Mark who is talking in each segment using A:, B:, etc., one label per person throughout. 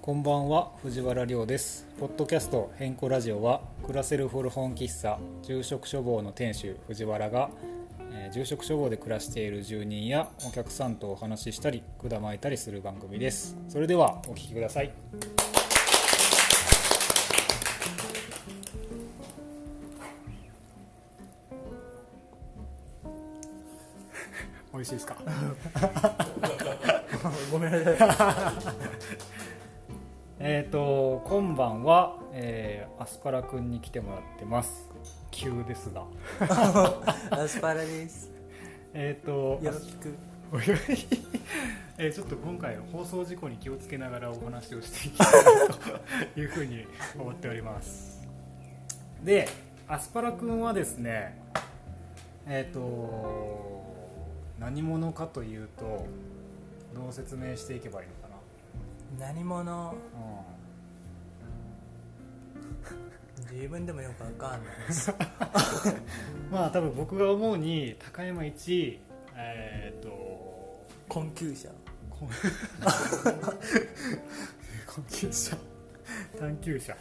A: こんばんは藤原亮ですポッドキャスト変更ラジオは暮らせる古本喫茶住職処房の店主藤原が、えー住職処房で暮らしている住人やお客さんとお話ししたりくだまいたりする番組ですそれではお聞きください美味しいですか
B: ごめんなさい。
A: えー、と今晩は、えーアスパラくんに来てもらってます急ですが
B: アスパラ です。
A: えっ、と
B: よろしく。
A: おいおい えーちょっと今回の放送事故に気をつけながらお話をしていきたいというふうに思っておりますでアスパラくんはですねえっ、と何者かというとどう説明していけばいいのかな
B: 何者
A: うん
B: 自分でもよくわかんないです。
A: まあ多分僕が思うに高山一えーっと
B: 困窮者。
A: こん困窮者探求者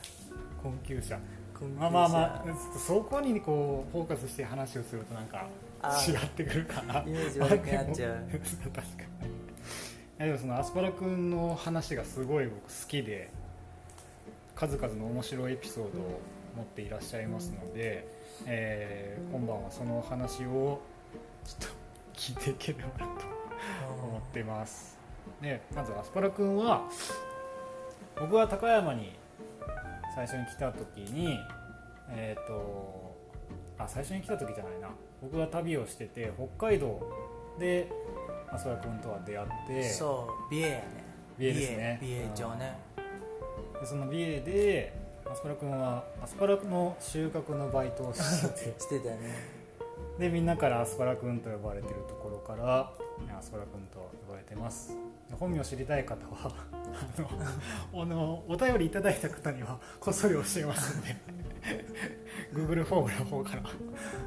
A: 困窮者
B: 困窮者。
A: まあまあまあちょっとそこにこうフォーカスして話をするとなんか
B: あー
A: 違ってくるかな
B: イメージ悪くなっちゃう
A: 確かにいやでもそのアスパラくんの話がすごい僕好きで数々の面白いエピソードを持っていらっしゃいますので、えー今晩はそのお話をちょっと聞いていければなと思ってますでまずアスパラくんは僕は高山に最初に来た時にえっ、とあ最初に来た時じゃないな僕が旅をしてて北海道でアスパラくんとは出会って
B: そう、美瑛やね。
A: 美瑛ですね
B: 美瑛美瑛町ね。
A: でその美瑛でアスパラくんはアスパラの収穫のバイトをしてて
B: してたね。
A: でみんなからアスパラくんと呼ばれてるところからねアスパラくんと呼ばれてます本名知りたい方はあのあのお便りいただいた方にはこっそり教えますんで Google フォームの方から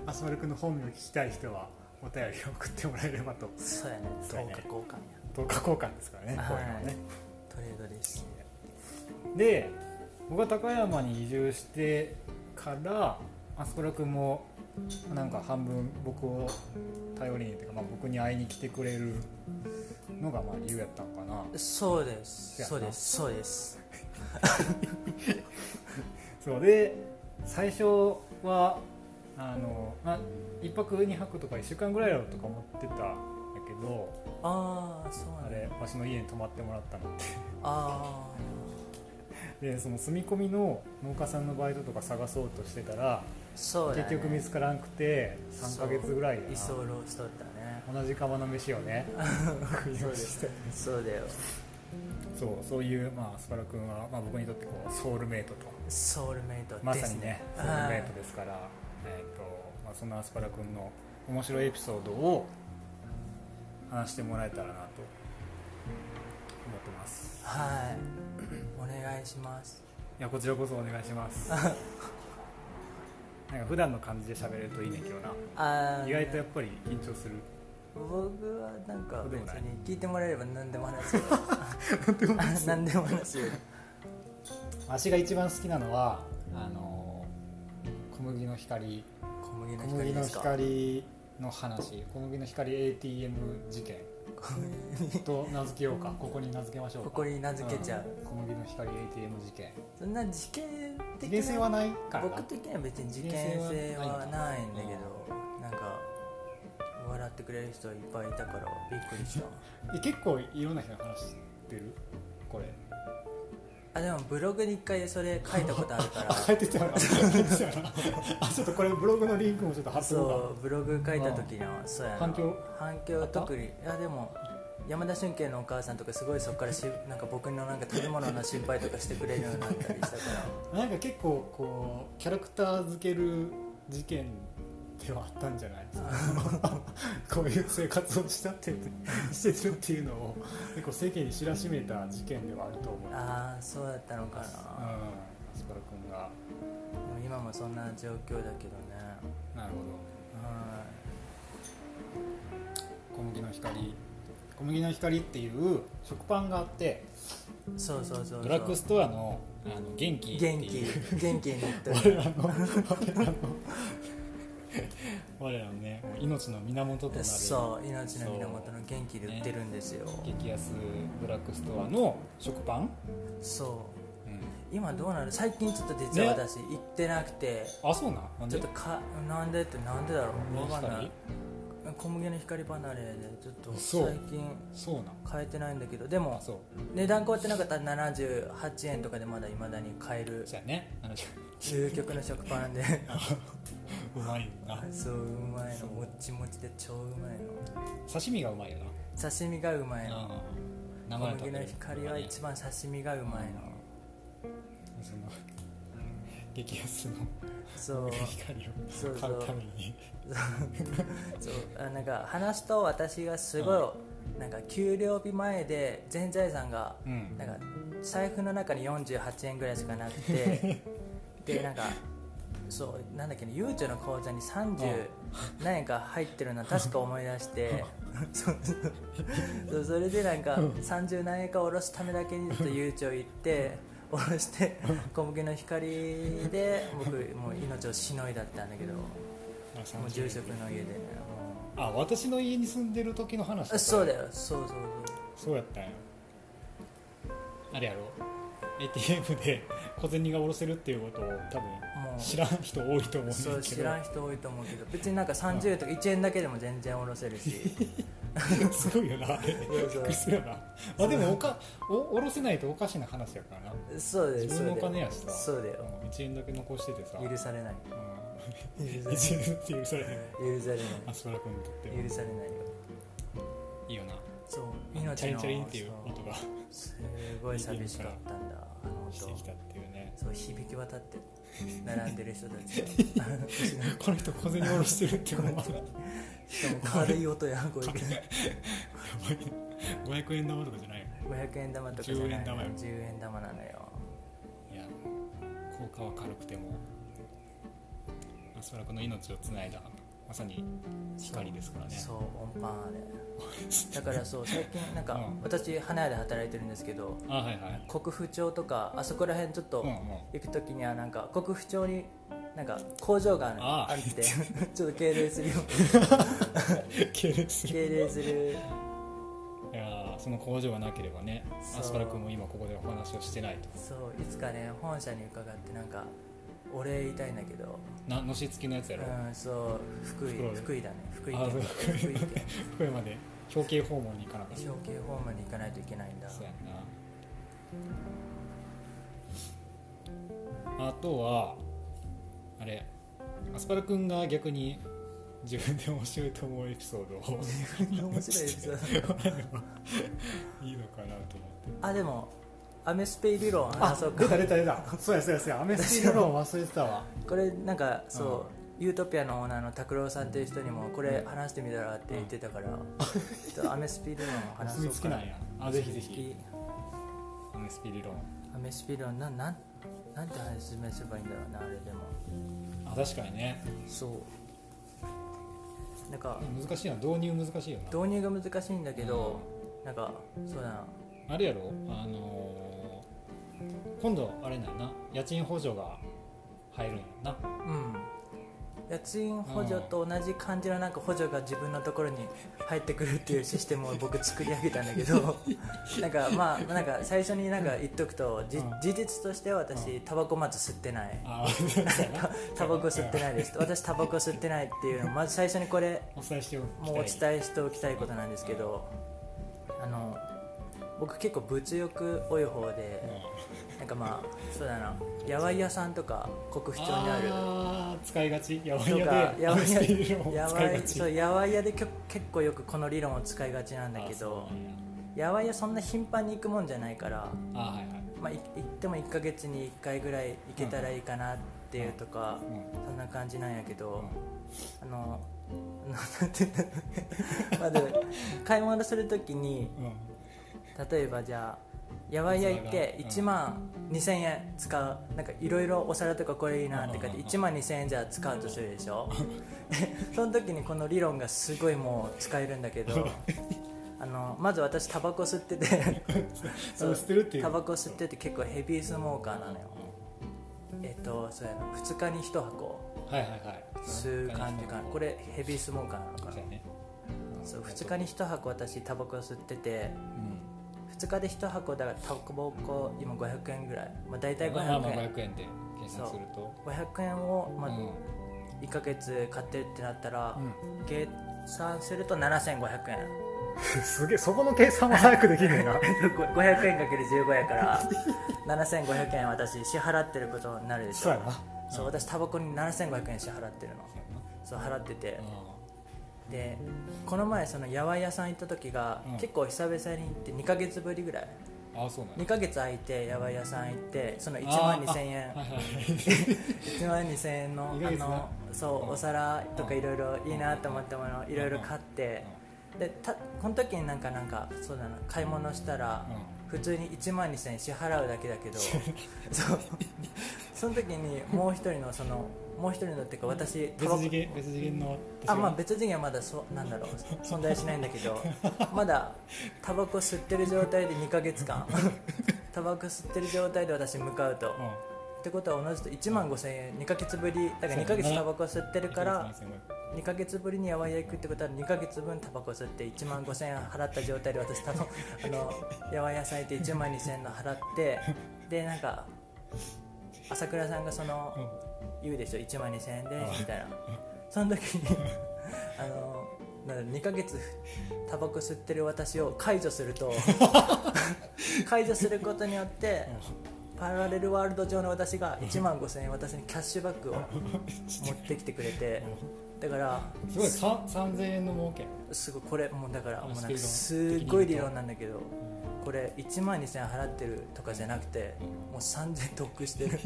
A: アスパラくんの本名を聞きたい人はお便りを送ってもらえればと
B: そうやね。
A: そうや
B: 等
A: ね
B: 価交換や。
A: 10日交換ですからね、
B: はい
A: こういうのはね
B: トレードです。
A: で僕が高山に移住してからアスパラ君もなんか半分僕を頼りにというか、まあ、僕に会いに来てくれるのがまあ理由やったのかな
B: そうです。
A: そ
B: そうう
A: やな
B: です。そうです。
A: そうで最初はあの、まあ、1泊2泊とか1週間ぐらいだろうとか思ってたんだけど
B: ああ、そうな
A: あ
B: んだ
A: れわしの家に泊まってもらったの
B: あ
A: でその住み込みの農家さんのバイトとか探そうとしてたら、
B: あ、そうやね。
A: 結局見つからんくて3ヶ月ぐらい
B: そう
A: だ
B: 居
A: な
B: 候しとったね。
A: 同じ釜の飯を ね食いました
B: そうだよ。
A: そうそういう、まあ、アスパラ君は、まあ、僕にとってこうソウルメイトと
B: ソウルメイトですね。
A: まさにねソウル
B: はい
A: メイトですから、えーとまあ、そんなアスパラ君の面白いエピソードを話してもらえたらなと思ってます
B: はい。お願いします。
A: いやこちらこそお願いします なんか普段の感じで喋れるといいねんけどな
B: あー
A: 意外とやっぱり緊張する
B: 僕はなんか
A: そうで
B: 別
A: もない
B: に聞いてもらえれば何でも話 すよ。何でも話すよ。
A: わしが一番好きなのはあの小麦の光
B: 小麦の
A: 小麦
B: 光で
A: の
B: すか。
A: 光の話小麦の光 ATM 事件
B: 小麦
A: と名付けようかここに名付けましょうか
B: ここに名付けちゃう。
A: ん小麦の光 ATM 事件
B: そんな事件
A: 事
B: 的
A: 件性はないからな
B: 僕的には別に事件性はないんだけど、なんか笑ってくれる人いっぱいいたからびっく りした。
A: え結構いろんな人の話してるこれ
B: あでもブログに一回それ書いたことある か
A: あ
B: ら。
A: 書いてたよな書いてたよなあちょっとこれブログのリンクもちょっと貼っておこ
B: そうブログ書いた時の、そうやな
A: 反響
B: 反響特にいやでも山田俊慶のお母さんとかすごいそこからしなんか僕のなんか食べ物の心配とかしてくれるようになったりしたから
A: うかなんか結構こうキャラクター付ける事件ではあったんじゃない こういう生活をしたってしてるっていうのを結構世間に知らしめた事件ではあると思う
B: ああそうだったのかな
A: うん、アスパラ君が
B: でも今もそんな状況だけどね
A: なるほ
B: は
A: ど小麦の光小麦の光っていう食パンがあって
B: いそうそうそうそう
A: ドラッグストアのあの元気って
B: 元気
A: いう
B: 元気に言って
A: 我らの我らの 我らのねもう命の源となる
B: そう命の源の元気で売ってるんですよ
A: 激安ドラッグストアの食パン、
B: そうう今どうなる最近ちょっと実は
A: ね
B: 私行ってなくて
A: ん、あそうなんなん
B: ち
A: で
B: ょっとかなんでってなんでだろう
A: 何
B: わかんな
A: 光
B: い小麦の光離れでちょっと
A: そう
B: 最近
A: そうなん
B: 買えてないんだけどで
A: あ
B: も
A: そう
B: 値段変わってなかったら78円とかでまだいまだに買える
A: そうやねあの
B: 究極の食パンで
A: うまいよな
B: そううまい
A: そ
B: の
A: う
B: もっちもちで超うまいの
A: 刺身がうまいよ
B: 刺身がうまい
A: な
B: の
A: うん生
B: 小
A: で食
B: 麦
A: べ
B: の
A: る
B: 光は一番刺身がうまいの
A: その激安の
B: そう
A: 光を買うために
B: そうあなんか話すと私がすごい、なんか給料日前で全財産が
A: うん
B: なんか財布の中に48円ぐらいしかなく てでなんかそうなんだっけねゆうちょの口座に30何円か入ってるのは確か思い出して そうそうそれでなんか30何円か下ろすためだけにちょっとゆうちょ行って下ろして小麦の光で僕もう命をしのいだったんだけど。
A: あ30
B: もう住職の家でね
A: あ私の家に住んでる時の話
B: もう
A: か
B: そうだよそうそう
A: そうやったんやあれやろ ATM で小銭が下ろせるっていうことを多分
B: そうもう
A: 知らん人多いと思うんです
B: そう
A: け
B: 知
A: ど
B: らん人多いと思うけど別になんか30円とか1円だけでも全然おろせるし
A: すごいよなあれ
B: そう
A: びっくりするよなまあでもおかお下ろせないとおかしな話やからな
B: そうだよ
A: 自
B: そう
A: 分
B: だ
A: の
B: よ
A: お金やしさ
B: そうだよ
A: うん1円だけ残しててさ
B: 許されない
A: うん
B: 許されない
A: 1円って許されない
B: 許され
A: アスパラ君にとって
B: ない許
A: は
B: されないよ
A: いいよな
B: そう
A: チャリ
B: 命
A: ン
B: の
A: チャリンっていう
B: そ
A: 音が
B: うすごい寂しかったんだあの
A: して
B: 音
A: きたっていうね
B: そう響き渡って並んでる人たちが
A: この人小銭下ろしてるってことは
B: しかも軽い音や こうい
A: 軽
B: う
A: いやばい500円玉とかじゃないよね
B: 500円玉とかじゃないの
A: 10円玉よ
B: 10円玉なのよ
A: いや効果は軽くてもアスパラ君の命をつないだまさに光ですからね
B: そうオンパンあれだからそう最近なんか、
A: うん
B: 私花屋で働いてるんですけど
A: あはいはい
B: 国府町とかあそこら辺ちょっと
A: うんうん
B: 行く時にはなんか国府町になんか工場がある
A: ああ
B: あ るってちょっと敬礼するよ
A: 系列する
B: 敬礼する
A: いやーその工場がなければね
B: そう
A: アスパラ君も今ここでお話をしてないと
B: そういつかね本社に伺ってなんかお礼言いたいんだけど
A: なのし付きのやつやろ、
B: うんそう福井
A: 袋で
B: 福井だね福井
A: あ
B: 県
A: そう
B: 福井県
A: 福山で表敬訪問に行かなかった
B: 表敬訪問に行かないといけないんだ
A: そうやんなあとはあれアスパラくんが逆に自分で面白いと思うエピソードを
B: 面白いです
A: いいのかなと思って
B: あでもアメスペイ理論話そうか
A: 出た出た出たそうやそうやそうやアメスティールローン忘れてたわ
B: これなんかそう、ユートピアのオーナーの拓郎さんっていう人にもこれ話してみたらって言ってたから、ちょっとアメスピ理論を
A: お
B: 話そう
A: 墨
B: か
A: つ きなんやあぜひぜ
B: お墨
A: ひ
B: 付き
A: アメスピリロ
B: アメスピ理論なんなんなんて話説明すればいいんだろうなあれでも
A: ーンあ確かにね
B: そうなんか
A: 難しいな導入難しいよな
B: 導入が難しいんだけど、なんかそうだな
A: あれやろあのー今度あれなんやな家賃補助が入るんやな
B: うん家賃補助と同じ感じのなんか補助が自分のところに入ってくるっていうシステムを僕作り上げたんだけど なんかまあなんか最初になんか言っとくと、じ
A: うん
B: 事実として私タバコまず吸ってない
A: あー そうやな
B: タバコ吸ってないです私タバコ吸ってないっていうのまず最初にこれ
A: お伝えしておきたい
B: もうお伝えしておきたいことなんですけどあの僕結構物欲多い方
A: うん
B: でなんかまあそうだなやわい屋さんとか国府町にある
A: あー使いがちやばい
B: と
A: や
B: か
A: で
B: や
A: ア
B: わ
A: メ
B: い
A: ス
B: や
A: ピリローン
B: や
A: を使い
B: わ
A: が
B: い
A: ち
B: そうやわいやできょ結構よくこの理論を使いがちなんだ
A: あ
B: け
A: ーそう
B: ど
A: なんや
B: やわいやそんな頻繁に行くもんじゃないから、
A: あーはいはい
B: まあ、い行っても1ヶ月に1回ぐらい行けたらいいかなっていうとか、
A: うん
B: そんな感じなんやけど、
A: う
B: あのなんて言うんだろう まあでも買い物するとき
A: ん
B: に
A: うん
B: 例えばじゃあやわいや行って
A: 器が
B: 1万2000円使うなんかいろいろお皿とかこれいいなってか
A: う
B: って
A: んうんうん
B: 1万2000円じゃあ使うとするで しょその時にこの理論がすごいもう使えるんだけどああのまず私タバコ吸ってて
A: タバコ吸ってるっていう
B: タバコ吸ってて結構ヘビースモーカーなのよえっとそうやな2日に1箱
A: はいはいはい
B: 吸う感じかなこれヘビースモーカーなの
A: そう
B: かな
A: やね
B: そう2日に1箱私タバコ吸ってて2日で1箱だからタバコ今500円ぐらい、まあ、大
A: う
B: 体
A: んまあ
B: 500
A: まあ
B: 円
A: 500円で計算すると
B: 500円を、まあ
A: うん
B: 1ヶ月買ってってなったら、
A: う
B: 計算すると7500円
A: すげえそこの計算は早くできねえな
B: 500円かける1 5やから 7500円私支払ってることになるでし
A: そう
B: ょ
A: やな
B: そう私タバコに7500円支払ってるのそう払っててでこの前その八百屋さん行った時が、
A: うん
B: 結構久々に行って2ヶ月ぶりぐらい
A: ああそうなん
B: 2
A: や
B: ヶ月空いて八百屋さん行ってその1
A: あ
B: 万
A: ー
B: 2000円
A: はいはい
B: 1万2000円の
A: 2ヶ
B: あ
A: 月な
B: のそううんお皿とか
A: うん
B: いろいろいいなと思ったものをいろいろ買ってでたこの時になんかなんかそうだな買い物したら
A: う
B: 普通に1万2000円支払うだけだけ どそうその時にもう一人のそのもう一人のっていうか私タ
A: 別
B: バコ
A: 次元別次元の私が
B: あまあ別次元はまだそうなんだろう存在しないんだけ どまだタバコ吸ってる状態で2ヶ月 間タバコ吸ってる状態で私向かうと、
A: うん
B: ってことは同じと1万5000円2ヶ月ぶりだから2
A: そ
B: ヶ
A: う
B: 月
A: だな
B: タバコ吸ってるか
A: 1
B: ら
A: ヶ月7500
B: 2ヶ月ぶりにやわいや行くってことは2ヶ月分タバコ吸って1万5000円払った状態で私多分あのやわいやさんいて1万2000円の払ってでなんか朝倉さんがその
A: うん
B: 言うでしょ1万2000円で
A: うん
B: みたいなその時に あのなんだろう2ヶ月タバコ吸ってる私を解除すると 解除することによってパラレルワールド上の私が1万5000円私にキャッシュバックを持ってきてくれてだから
A: すごいさ3000円の儲け
B: すごいこれもうだから
A: あ
B: もう
A: ス
B: なん
A: ピー
B: か
A: ド
B: すごい理論なんだけど
A: うん
B: これ1万2000円払ってるとかじゃなくてもう3000得してる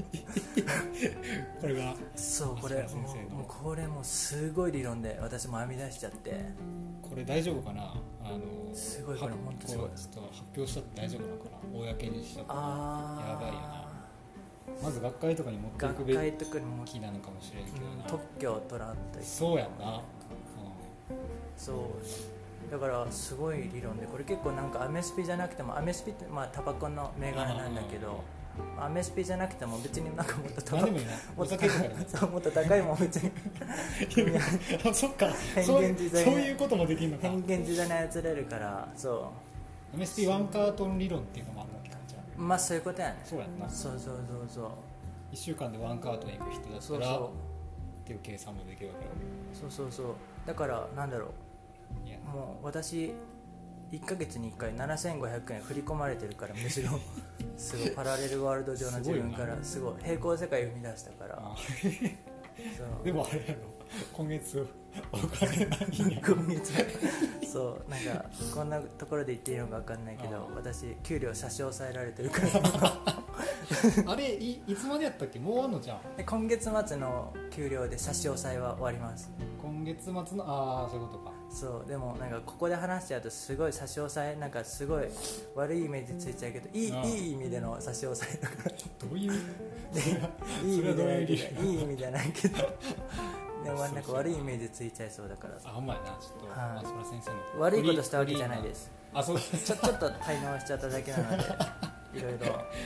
A: これが
B: そうこれ
A: あそう
B: も
A: 先生
B: う
A: の
B: もうこれもうすごい理論で私も編み出しちゃって
A: これ大丈夫かなあの
B: すごいこれ
A: は
B: ほんとすごい
A: こうちょっと発表しちゃって大丈夫なのかな公にしちゃったらやばいよな
B: あ
A: まず学会とかに持ってい
B: あ
A: く
B: 学
A: べ
B: 会とかにも、
A: きなのかもしれんけど
B: うん
A: な、
B: 特許を取らんといけない
A: そうやんな、
B: そうだからすごい理論でこれ結構なんかアメスピじゃなくてもアメスピってまあタバコの銘柄なんだけどアメスピじゃなくても別になんかもっとタ
A: うん、
B: バ
A: 何でも
B: コ
A: いいなお酒とかでもいい
B: そうもっと高いもん別に
A: あそっか
B: 変幻
A: そういう
B: 自在
A: そ
B: な
A: ういうこともできるのか
B: 変幻自在なやつれるからそ
A: MSP ワンカートン理論っていうのもあるわけかじゃ
B: うまあそういうことやね
A: あそうやんな1
B: そうそうそうそう
A: 週間でワンカートン行く人だっ
B: そ
A: た
B: う
A: らっ
B: そ
A: ていう計算もできるわけよ
B: うそうそうそうだからなんだろ
A: いや
B: うもう私1ヶ月に1回7500円振り込まれてるからむしろ すごいパラレルワールド上の自分からすごい平行世界を生み出したから
A: あ
B: そう
A: でもあれやろ今月お金ないん や
B: ゴミみたいそうなんかこんなところで言っていいのか分かんないけど私給料差し押さえられてるから
A: あれいいつまでやったっけもうあんのじゃん
B: で今月末の給料で差し押さえは終わります
A: 今月末のああそういうことか
B: そうでもなんかここで話しちゃうとすごい差し押さえなんかすごい悪いイメージついちゃうけどいい,、
A: うん
B: いい意味での差し押さえだから
A: どういう
B: いい意
A: それはど
B: 味じ
A: う
B: ゃないいうけ
A: 理由
B: どいい意味じゃないけどでもなん
A: そ
B: か
A: うそう
B: 悪いイメージついちゃいそうだから
A: あほんまやなちょっと
B: はい
A: 松村先生の
B: 悪いことしたわけじゃないですす
A: あそう
B: ちょちょっと滞納しちゃっただけなのでいろいろ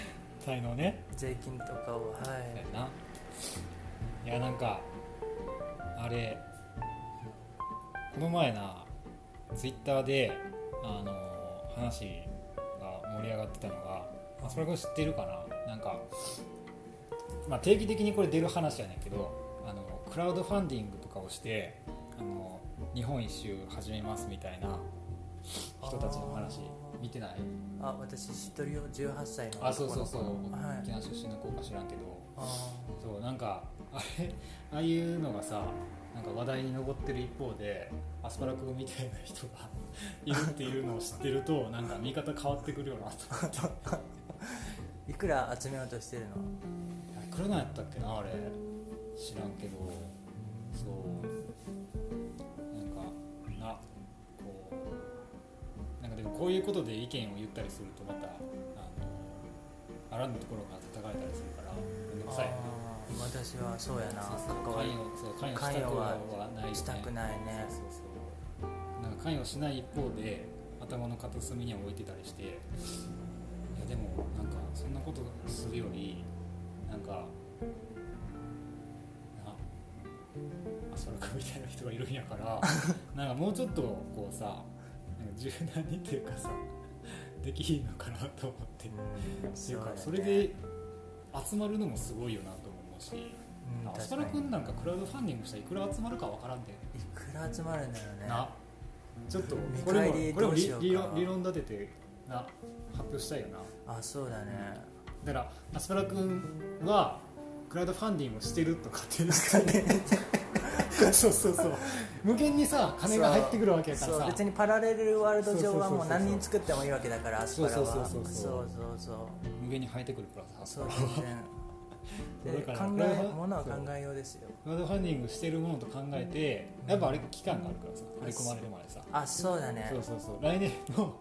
A: 才能ね
B: 税金とかをはい
A: そうやないやなんかあれこの前なツイッターであの話が盛り上がってたのが、まあ、それこそ知ってるかななんか、まあ、定期的にこれ出る話やねんけどあのクラウドファンディングとかをしてあの日本一周始めますみたいな人たちの話
B: あー
A: 見てない
B: あ私知っとるよ18歳の
A: あそうそうそう
B: はい
A: 沖縄出身の子か知らんけど
B: あ
A: そうなんかあれああいうのがさなんか話題に上ってる一方でアスパラ君みたいな人が いるっていうのを知ってるとなんか見方変わってくるよなと思って
B: ーいくら集めようとしてるの
A: いくらなんやったっけなあれ知らんけどそうなんかなこうなんかでもこういうことで意見を言ったりするとまたあのあらぬところが叩かれたりするからめんどくさいよな
B: あー私はそうやな
A: そうそう
B: 関わ
A: 関
B: り
A: 与そう関与したくはないよね
B: したくないね
A: そうそうそうなんか関与しない一方で頭の片隅には置いてたりしていやでもなんかそんなことするよりなんかなアスパラ君みたいな人がいるんやから なんかもうちょっとこうさなんか柔軟にっていうかさできひんのかなと思ってっていうかそれで集まるのもすごいよなとも思うし。
B: うん
A: アス
B: 確
A: パ
B: か
A: ラ
B: に
A: 君なんかクラウドファンディングしたらいくら集まるかわからんで、
B: いくら集まるんだろうね
A: なちょっと
B: 見
A: これも
B: 返り
A: これも理
B: どうし
A: 理
B: ようか
A: 論理論立ててな発表したいよな
B: あそうだね
A: だからアスパラ君はクラウドファンディングをしてると勝手にして そうそうそう無限にさ金が入ってくるわけやから
B: そう
A: さ
B: 別にパラレルワールド上は
A: そうそうそうそう
B: もう何人作ってもいいわけだからアスパラは
A: そうそうそう
B: そ
A: そう
B: うそうそう
A: 無限に入ってくるからさ
B: そう全然
A: そう
B: で
A: だ
B: 考
A: から
B: えものは考えようですよ
A: クラウドファンディングしてるものと考えてやっぱあれ期間があるからさ振り込まれるまでさ
B: あそうだね
A: そうそうそう来年の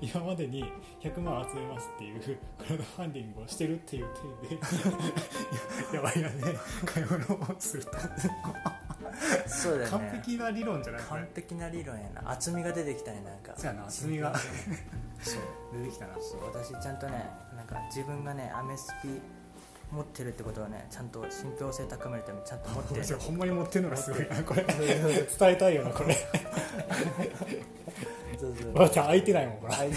A: 今までに100万集めますっていうクラウドファンディングをしてるっていう体で やばいよね買い物をすると
B: そうだよね
A: 完璧な理論じゃないこれ
B: 完璧な理論やな厚みが出てきたねなんか
A: そうやな厚みが出てきたな
B: そう私ちゃんとねなんか自分がねアメスピ持ってるってことはねちゃんと信憑性高めるためにちゃんと持って る
A: じゃあほんまに持ってるのがすごい なこれ伝えたいよなこれ
B: そうそう
A: また開いてないもんこれ
B: あで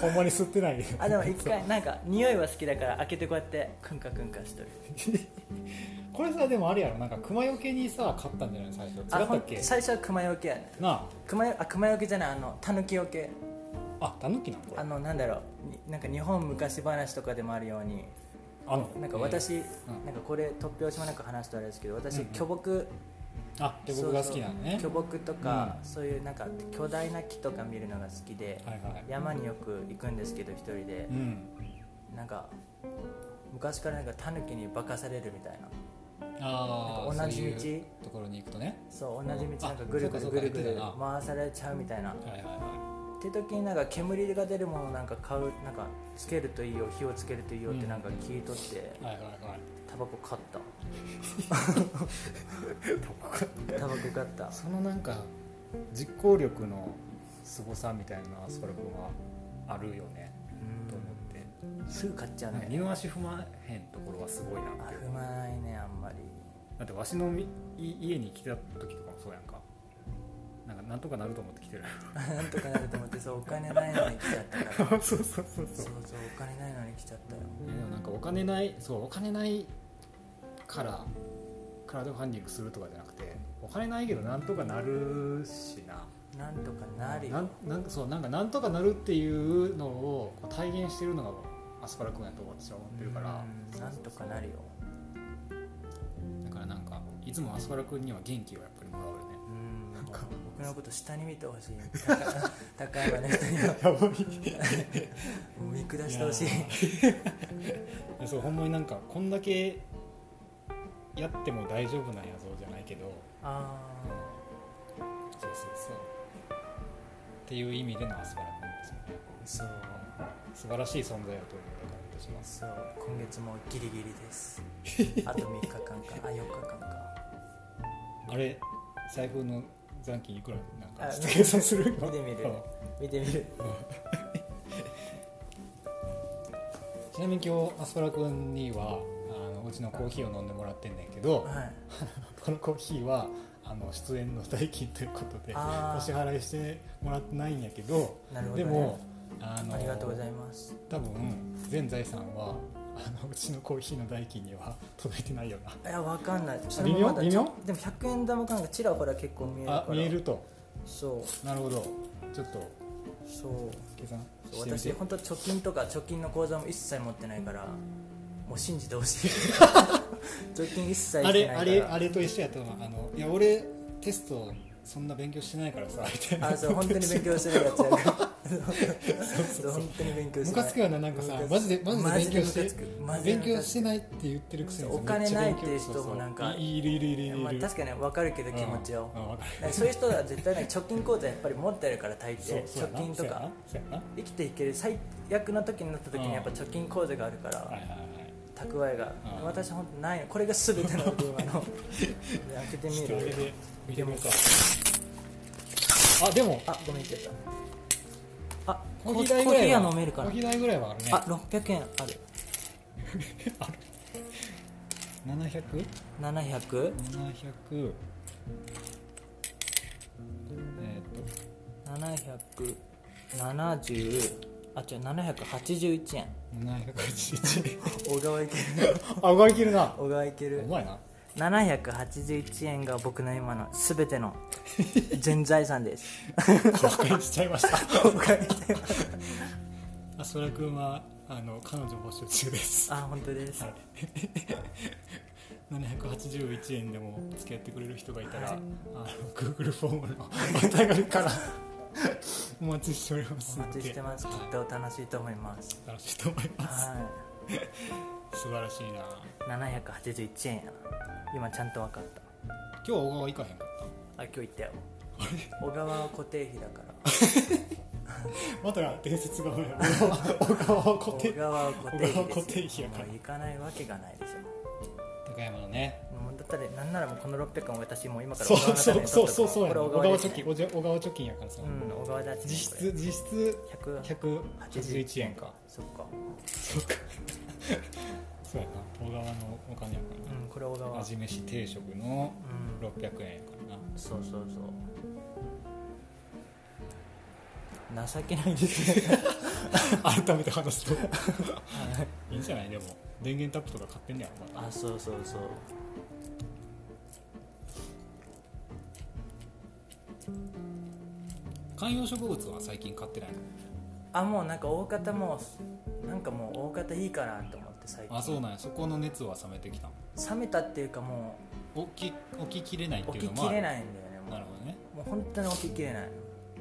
A: ほんまに吸ってないよ
B: あでも一回なんか匂いは好きだから開けてこうやってクンカクンカしてる
A: これさでもあれやろなんか熊よけにさ買ったんじゃない最初違
B: あ
A: ったっけ
B: ほん最初は熊よけやね
A: なあ
B: 熊よあ熊よけじゃないあの狸よけ
A: あタヌキなのこれ
B: あのなんだろうになんか日本昔話とかでもあるように
A: あの
B: なんか
A: えう
B: 私、
A: ん
B: なんかこれ突拍子もなく話すとあれですけど私、
A: うんうん
B: 巨木
A: ーあ巨木が好きなのね
B: そうそう巨木とか、
A: うん
B: そういうなんか巨大な木とか見るのが好きで、
A: はいはい
B: 山によく行くんですけど一人で
A: う、ん
B: なんか昔からなんかタヌキに化かされるみたいな
A: あ
B: な
A: あ
B: んか同じ道
A: そういうところに行くとね
B: そう同じ道
A: あ
B: なんかぐ
A: そ
B: るぐる
A: うか
B: ぐ
A: そうか
B: るぐる
A: 言ってた
B: 回されちゃうみたいなっ
A: はいはいは
B: て時になんか煙が出るものをなんか買うなんかつけるといいよ火をつけるといいよってなんか聞いとって
A: いはいはいはい
B: タバコ買ったタバコ買った
A: そのなんか実行力の凄さみたいなのはアスパラ君はあるよねと思って
B: すぐ買っちゃう
A: なんか二
B: ね
A: の足踏まへんところはすごいな
B: あ
A: って
B: 踏まないねあんまり
A: だってわしのみい家に来た時とかもそうやんかなんかなんとかなると思って来てる
B: なんとかなると思ってそうお金ないのに来ちゃったか ら
A: そうそうそうそう
B: そうそうお金ないのに来ちゃったよ
A: えでもなんかお金ないそうお金ないからクラウドファンディングするとかじゃなくてお金ないけどなんとかなるしな
B: なんとかなるよ
A: なんなんかそうなんかなんとかなるっていうのをこう体現してるのがアスパラ君やと私は思ってるから
B: うんなんとかなるよ
A: だからなんかいつもアスパラ君には元気をやっぱりもらうよね
B: うん
A: なんか
B: 僕のこと下に見てほしい高高山の人には
A: やばい
B: 見下してほしい
A: やそうほんまになんかこんだけやっても大丈夫なんやぞじゃないけど
B: あ
A: そうそうそうっていう意味でのアスパラ君ですよね
B: ーそう
A: 素晴らしい存在だと思うだから私は
B: そう今月もギリギリです あと3日間かあ4日間か
A: あれ財布の残金いくらなんか
B: あ
A: ちょっと計算する
B: 見てみる見てみる
A: ちなみに今日アスパラ君にはあのうちのコーヒーを飲んでもらってんねんけど
B: はい
A: このコーヒーはあの出演の代金ということで
B: あー
A: お支払いしてもらってないんやけど
B: なるほ
A: で
B: ど、ね、
A: もあの
B: ありがとうございます
A: 多分全財産はあのうちのコーヒーの代金には届いてないよない
B: やわかんないそ
A: 微妙
B: まだ
A: 微妙
B: ちょでも100円玉感がちらほら結構見えるか
A: あ
B: ら
A: 見えると
B: そう
A: なるほどちょっと
B: そう
A: 計算
B: そう
A: してみ
B: 私
A: て
B: 本当貯金とか貯金の口座も一切持ってないからもう信じて ほしい貯金一切してな
A: あ
B: い
A: れ
B: から
A: あれあれと一緒やったのあのいや俺テストそんな勉強してないからさみたいな
B: あそう本当に勉強してるやつやからそう本当に勉 強して
A: ムカつくよななんかさマジでマジで勉強して
B: マジで
A: 勉
B: ム
A: 強
B: カつく
A: してないって言ってるくせにさ
B: お金ないって
A: めちゃ勉強
B: 人もなんか
A: そうそういいるいるいるいるい
B: まあ、
A: る
B: 確かに分かるけど気持ちを、
A: うんうんわか
B: だからそういう人は絶対なんか貯金口座やっぱり持ってるから大
A: るそう
B: 抵
A: そうや
B: 貯
A: な
B: 金
A: そ
B: とか
A: うやなそ
B: 生きていける最悪の時になった時
A: うん
B: にやっぱ貯金口座があるか
A: うやなは
B: ら
A: いはいはい
B: 蓄えが
A: うん
B: 私本当ないのこれが全 てなので今ので開けて
A: ちょ
B: み
A: っとあれ
B: る
A: で見てみようかあでも
B: あごめん言っちゃったあ
A: コ
B: コ
A: ー
B: ー
A: ヒ
B: ヒ
A: ー代
B: ー
A: ぐらいは
B: は飲めるか
A: コー
B: ら
A: ヒー代ぐらいはあるね
B: あ600円ある
A: 700? 700え
B: 700 770あ違う781円
A: っ、と781
B: 小川いける
A: あ動いてるな
B: 小川いけ
A: う
B: る
A: まいな
B: 781円が僕の今の全 ての全財産です
A: 公開しちゃいました
B: おかげで
A: アスパラくんはあの彼女募集中です
B: あ本当です、
A: はい781円でも付き合ってくれる人がいたら、
B: はい
A: あの Google フォームのお便りから お待ちしております
B: お
A: ので
B: 待ちしてますきっと楽しいと思います
A: 楽しいと思います
B: は
A: 素晴らしいない
B: 781円やな今ちゃんと分かった
A: 今日は小川行かへんかっ
B: あ今日行ったよ小川は固定費だから
A: たまた伝説が生まれる小川は固定
B: 小川は固定費で
A: 小
B: す
A: 川は固定費やから
B: もう行かないわけがないでしょ
A: 高山のね
B: もうだったらなんならもうこの600円私もう今から
A: そうそうそうそうそう
B: 小
A: やな小
B: 川
A: 川
B: のた
A: 貯
B: めに取っと
A: 金お
B: くわこれ小川ですね
A: じゃ小川貯金やからさ、
B: うん小川だし
A: 実質実質
B: 100
A: 181円か
B: そっか
A: そうかそうやな小川のお金やか
B: うんこれ小
A: らな
B: 川
A: 味飯定食の
B: うん
A: 600円やからな
B: そうそうそう情けないです ね
A: 改めて話すといいんじゃないでも電源タップとか買ってんねやろま
B: あそうそうそう
A: た観葉植物は最近買ってない
B: あもうなんか大方もうなんかもう大方いいかなと思って最
A: のあそう
B: 近
A: なんやそこの熱は冷めてきたの
B: 冷めたっていうかも
A: 起き起ききれないっ
B: う
A: て
B: 起
A: いう
B: き
A: のもあ
B: きれ
A: る
B: ないんだよねも
A: なるほどね
B: うもう本当に起ききれない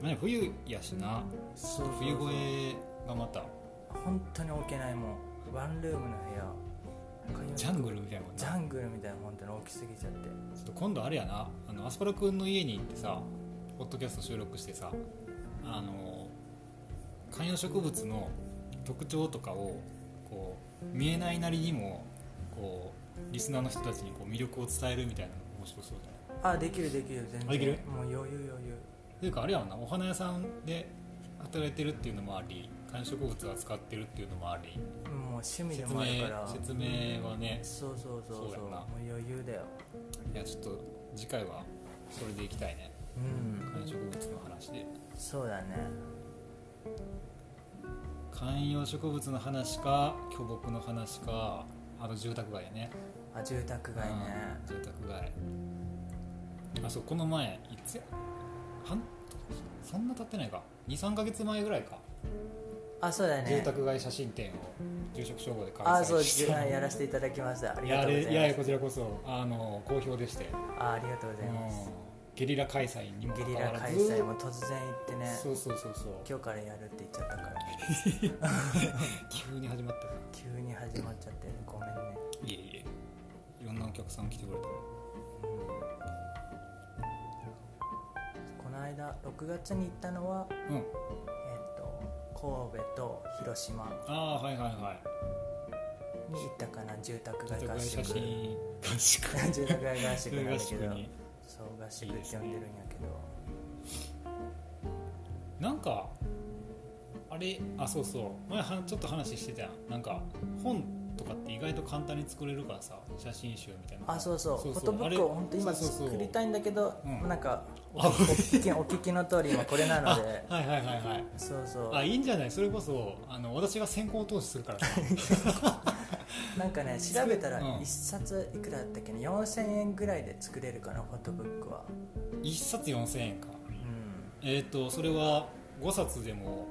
A: まあね冬やしな
B: そうそうそう
A: 冬越えがまた
B: 本当に置けないもうワンルームの部屋
A: ジャングルみたいなもんな
B: ジャングルみたいな本当に大きすぎちゃっ
A: ち
B: て
A: ょっと今度あれやなあのアスパラくんの家に行ってさポッドキャスト収録してさあの観葉植物の特徴とかをこう見えないなりにもこうリスナーの人たちにこう魅力を伝えるみたいなのが面白そうじゃない
B: あできるできる全然
A: できる
B: もう余裕余裕
A: というかあれやろなお花屋さんで働いてるっていうのもあり観葉植物を扱ってるっていうのもあり
B: もう趣味で
A: 説
B: も
A: 明
B: あるから
A: 説明はね
B: そうそうそうそう
A: そうやな
B: もう余裕だよ
A: いやちょっと次回はそれでいきたいね
B: うん
A: 観葉植物の話で。
B: そうだね
A: 観葉植物の話か巨木の話かあと住宅街やね
B: あ住宅街ね
A: うん住宅街あそうこの前いつや半そんな経ってないか23か月前ぐらいか、
B: あそうだね
A: 住宅街写真展を住職商法で開
B: あそう
A: 催
B: じ
A: し
B: ゅ
A: た
B: あやらせていただきましたあ
A: い
B: りが
A: や
B: とうござい
A: れ
B: ます
A: いやいやこちらこそあの好評でして
B: あありがとうございます
A: うんゲリラ開催にも
B: ゲ
A: か
B: リ
A: か
B: ラ
A: わら
B: 開
A: ず
B: 催も突然行ってね
A: そうそうそうそう
B: 今日からやるって言っちゃったから
A: 急に始まったから
B: 急に始まっちゃってごめんね
A: いえいえいろんなお客さん来てくれた
B: この間6月に行ったのは
A: うん
B: えっと神戸と広島
A: ああーはいはいはい
B: に行ったかな住宅
A: 家
B: 街合
A: 族
B: 宿
A: 写真合宿
B: 住宅街合宿なんだ
A: 合
B: け
A: 宿
B: ど
A: に
B: そう合宿って呼んでるんやけど
A: なんかあれあそうそう前はちょっと話してたやんなんか本とかって意外と簡単に作れるからさ写真集みたいな
B: あそうそうフォトブ
A: あ
B: ッ
A: れ
B: クを本当今
A: そうそうそう
B: 作りたいんだけど
A: うん
B: なんか お
A: あ
B: 聞きお聞きの通り今これな
A: あ
B: ので
A: はいはいはいはい
B: そうそう
A: あいいんじゃないそれこそあの私が先行投資するからさ
B: なんかね調べたら
A: うん
B: 1冊いくらだったっけね4000円ぐらいで作れるかなフォトブックは
A: 一冊4000円か
B: う
A: えっ、とそれは5冊でも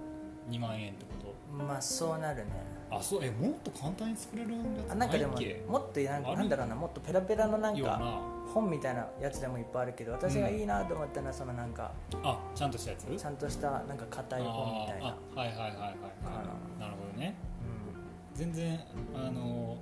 A: 2万円ってこ
B: んまあそうなるね
A: とあそうえもっと簡単に作れるんだ
B: あなんかでも
A: ないっけ
B: もっとな
A: あ
B: んか
A: る
B: なんだろうなもっとペラペラのなん
A: よう
B: か
A: な
B: 本みたいなやつでもいっぱいあるけど私がいいなと思ったのはそのなんか
A: あちゃんとしたやつ
B: ちゃんとしたなんか硬い本みたいな
A: あ、ーあはいはいはいはい
B: か
A: はいなるほどね全然あの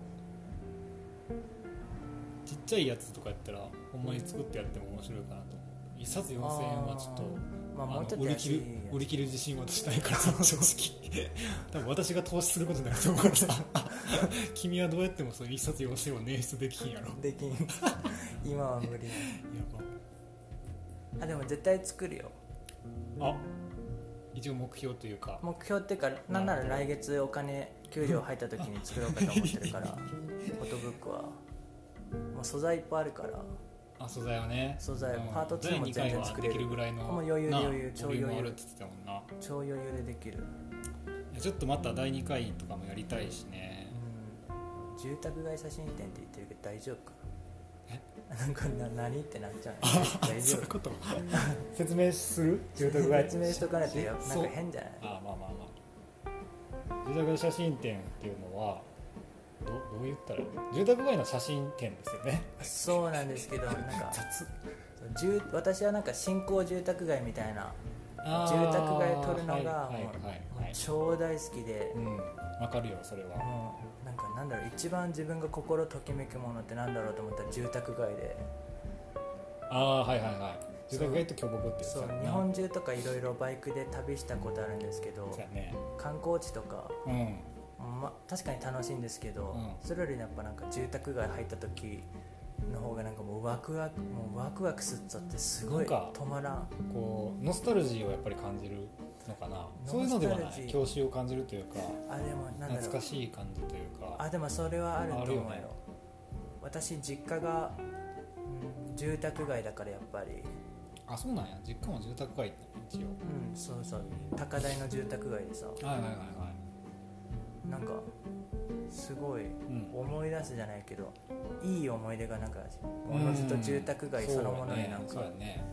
A: ちっちゃいやつとかやったらほんまに作ってやっても面白いかなと思う一冊4000円はちょっと
B: うん、まあ
A: あ
B: もう
A: の
B: ちょっと
A: 売り切
B: 安
A: る
B: いやつ
A: 売り切る自信は私ないから 正直多分私が投資することになると思うからさ君はどうやってもその一冊4000円は捻出できひんやろや
B: できん 今は無理
A: ば
B: あでも絶対作るよ
A: あ一応目標というか
B: 目標っていうかなんなら来月お金給料入った時に作ろうかと思っ てるからフォトブックはもう素材いっぱいあるから
A: あ素材はね
B: 素材
A: うん
B: パート2も全然
A: 第二回は
B: 作れる
A: できるぐらいの
B: もう余裕で
A: な
B: 余裕超
A: ボリューム
B: 余裕
A: あるって言ってたもんない
B: 超余裕でできる、
A: やちょっとまた第2回とかもやりたいしね
B: うん、住宅街写真展って言ってるけど大丈夫か
A: え
B: ななんかな何ってなっちゃう大
A: そ
B: 丈
A: ういう
B: 夫
A: こと説明する住宅街
B: 説明しとかないとやなん
A: そう
B: か変じゃない
A: あまあまあまあ住宅街写真展っていうのはどどう言ったらいいの住宅街の写真展ですよ ね
B: そうなんですけどなんか
A: 雑
B: 住私はなんか新興住宅街みたいな住宅街撮るのが
A: はいはいはい、
B: もう
A: はい
B: 超大好きで
A: う、んわかるよそれは
B: もうなんかなんだろう一番自分が心ときめくものってなんだろうと思ったら住宅街で
A: ああはいはいはい住宅街と巨木って
B: そ
A: やつだ
B: う
A: な
B: 日本中とかいろいろバイクで旅したことあるんですけど
A: そうやね
B: 観光地とか、
A: うん
B: ま、確かに楽しいんですけど、
A: う
B: それよりやっぱなんか住宅街入った時の方がなんかもうワクワクもうワクワクすっちゃってすごい
A: なんか
B: 止まらん
A: こうノスタルジーをやっぱり感じるのかな
B: ノス
A: そ
B: タルジー
A: ういうのではない郷愁を感じるというか
B: あでもなんだろ
A: 懐
B: う
A: かしい感じというか
B: あでもそれはあると思う
A: あ
B: よ
A: るよね
B: 私実家が、うん住宅街だからやっぱり
A: あそうなんや実家も住宅街って一応
B: うんそうそう高台の住宅街でさ
A: はいはいはいは
B: なんかすごい
A: い、うん、
B: 思い出すじゃないけどいい思い出がなんかおのずと住宅街そのものになん
A: そう
B: か
A: やね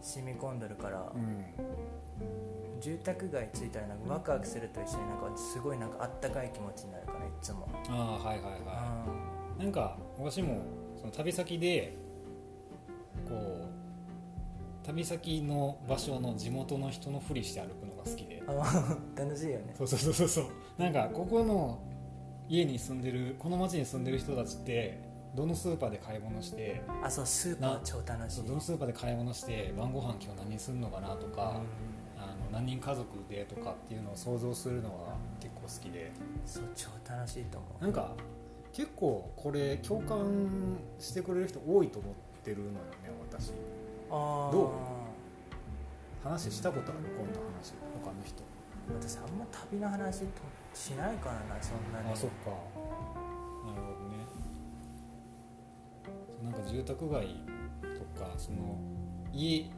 B: 染み込んどるから
A: そうやね
B: 住宅街着いたらなんかワクワクすると一緒になんかすごいなんかあったかい気持ちになるからいつも、
A: うん、ああはいはいは
B: う
A: いなんか私もその旅先でこう旅先の場所の地元の人のふりして歩くのが好きで
B: んあ楽しいよね
A: そうそうそうそうそうなんかここの家に住んでるこの町に住んでる人たちってどのスーパーで買い物して
B: あそうスーパー超楽しい
A: そうどのスーパーで買い物して晩ご飯今日何するのかなとか、あの何人家族でとかっていうのを想像するのが結構好きで
B: そう超楽しいと思う
A: なんか結構これ共感してくれる人多いと思ってるのよね私
B: あー
A: どう話したことあるこんな話他の人
B: 私あんま旅の話としないからなそんなに
A: あそっかなるほどねなんか住宅街とかその家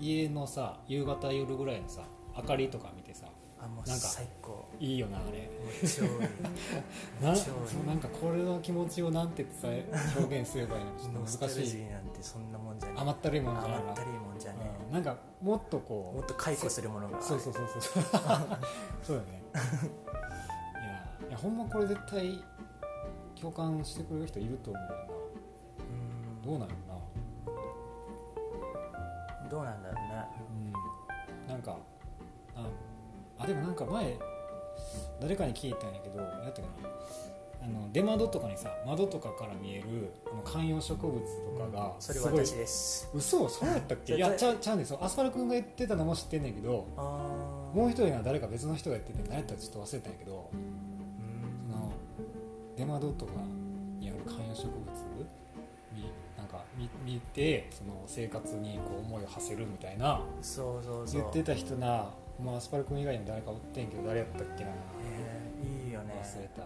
A: 家のさ夕方夜ぐらいのさ明かりとか見てさ
B: あもう
A: なんか
B: 最高
A: いいよなあれ
B: もう超いい
A: な
B: そう
A: そうなんかこれの気持ちをなんて伝え表現すればいいのか ちょっ
B: ノス
A: と
B: タ
A: 難
B: ル
A: し
B: ジ
A: い
B: ーなんてそんなもんじゃね
A: 甘ったるいものじゃ
B: 甘
A: ないな
B: ったりいもんじゃね
A: うんなんかもっと
B: えも
A: こ
B: っと解雇するものがあ
A: う
B: る
A: そうそうそうそう そうだねいやいやほんまこれ絶対共感してくれる人いると思うよ
B: うん
A: などうなんやろ
B: どうなんだろうね
A: なうんなんかああでもなんか前誰かに聞いたんやけどなんやったかなあの出窓とかにさ窓とかから見えるあの観葉植物とかが
B: それ
A: すごい
B: 私です
A: 嘘そうやったっけい
B: じゃあ
A: やちゃうちゃうんですよアスパラ君が言ってたのも知ってんねんけど
B: あ
A: もう一人は誰か別の人が言ってて何やったかちょっと忘れたんやけどその出窓とかにある観葉植物みなんか見見てその生活にこう思いを馳せるみたいな
B: そうそうそう
A: 言ってた人な、まあ、アスパル君以外に誰かおってんけど誰やったっけな
B: えーいいよね
A: 忘れた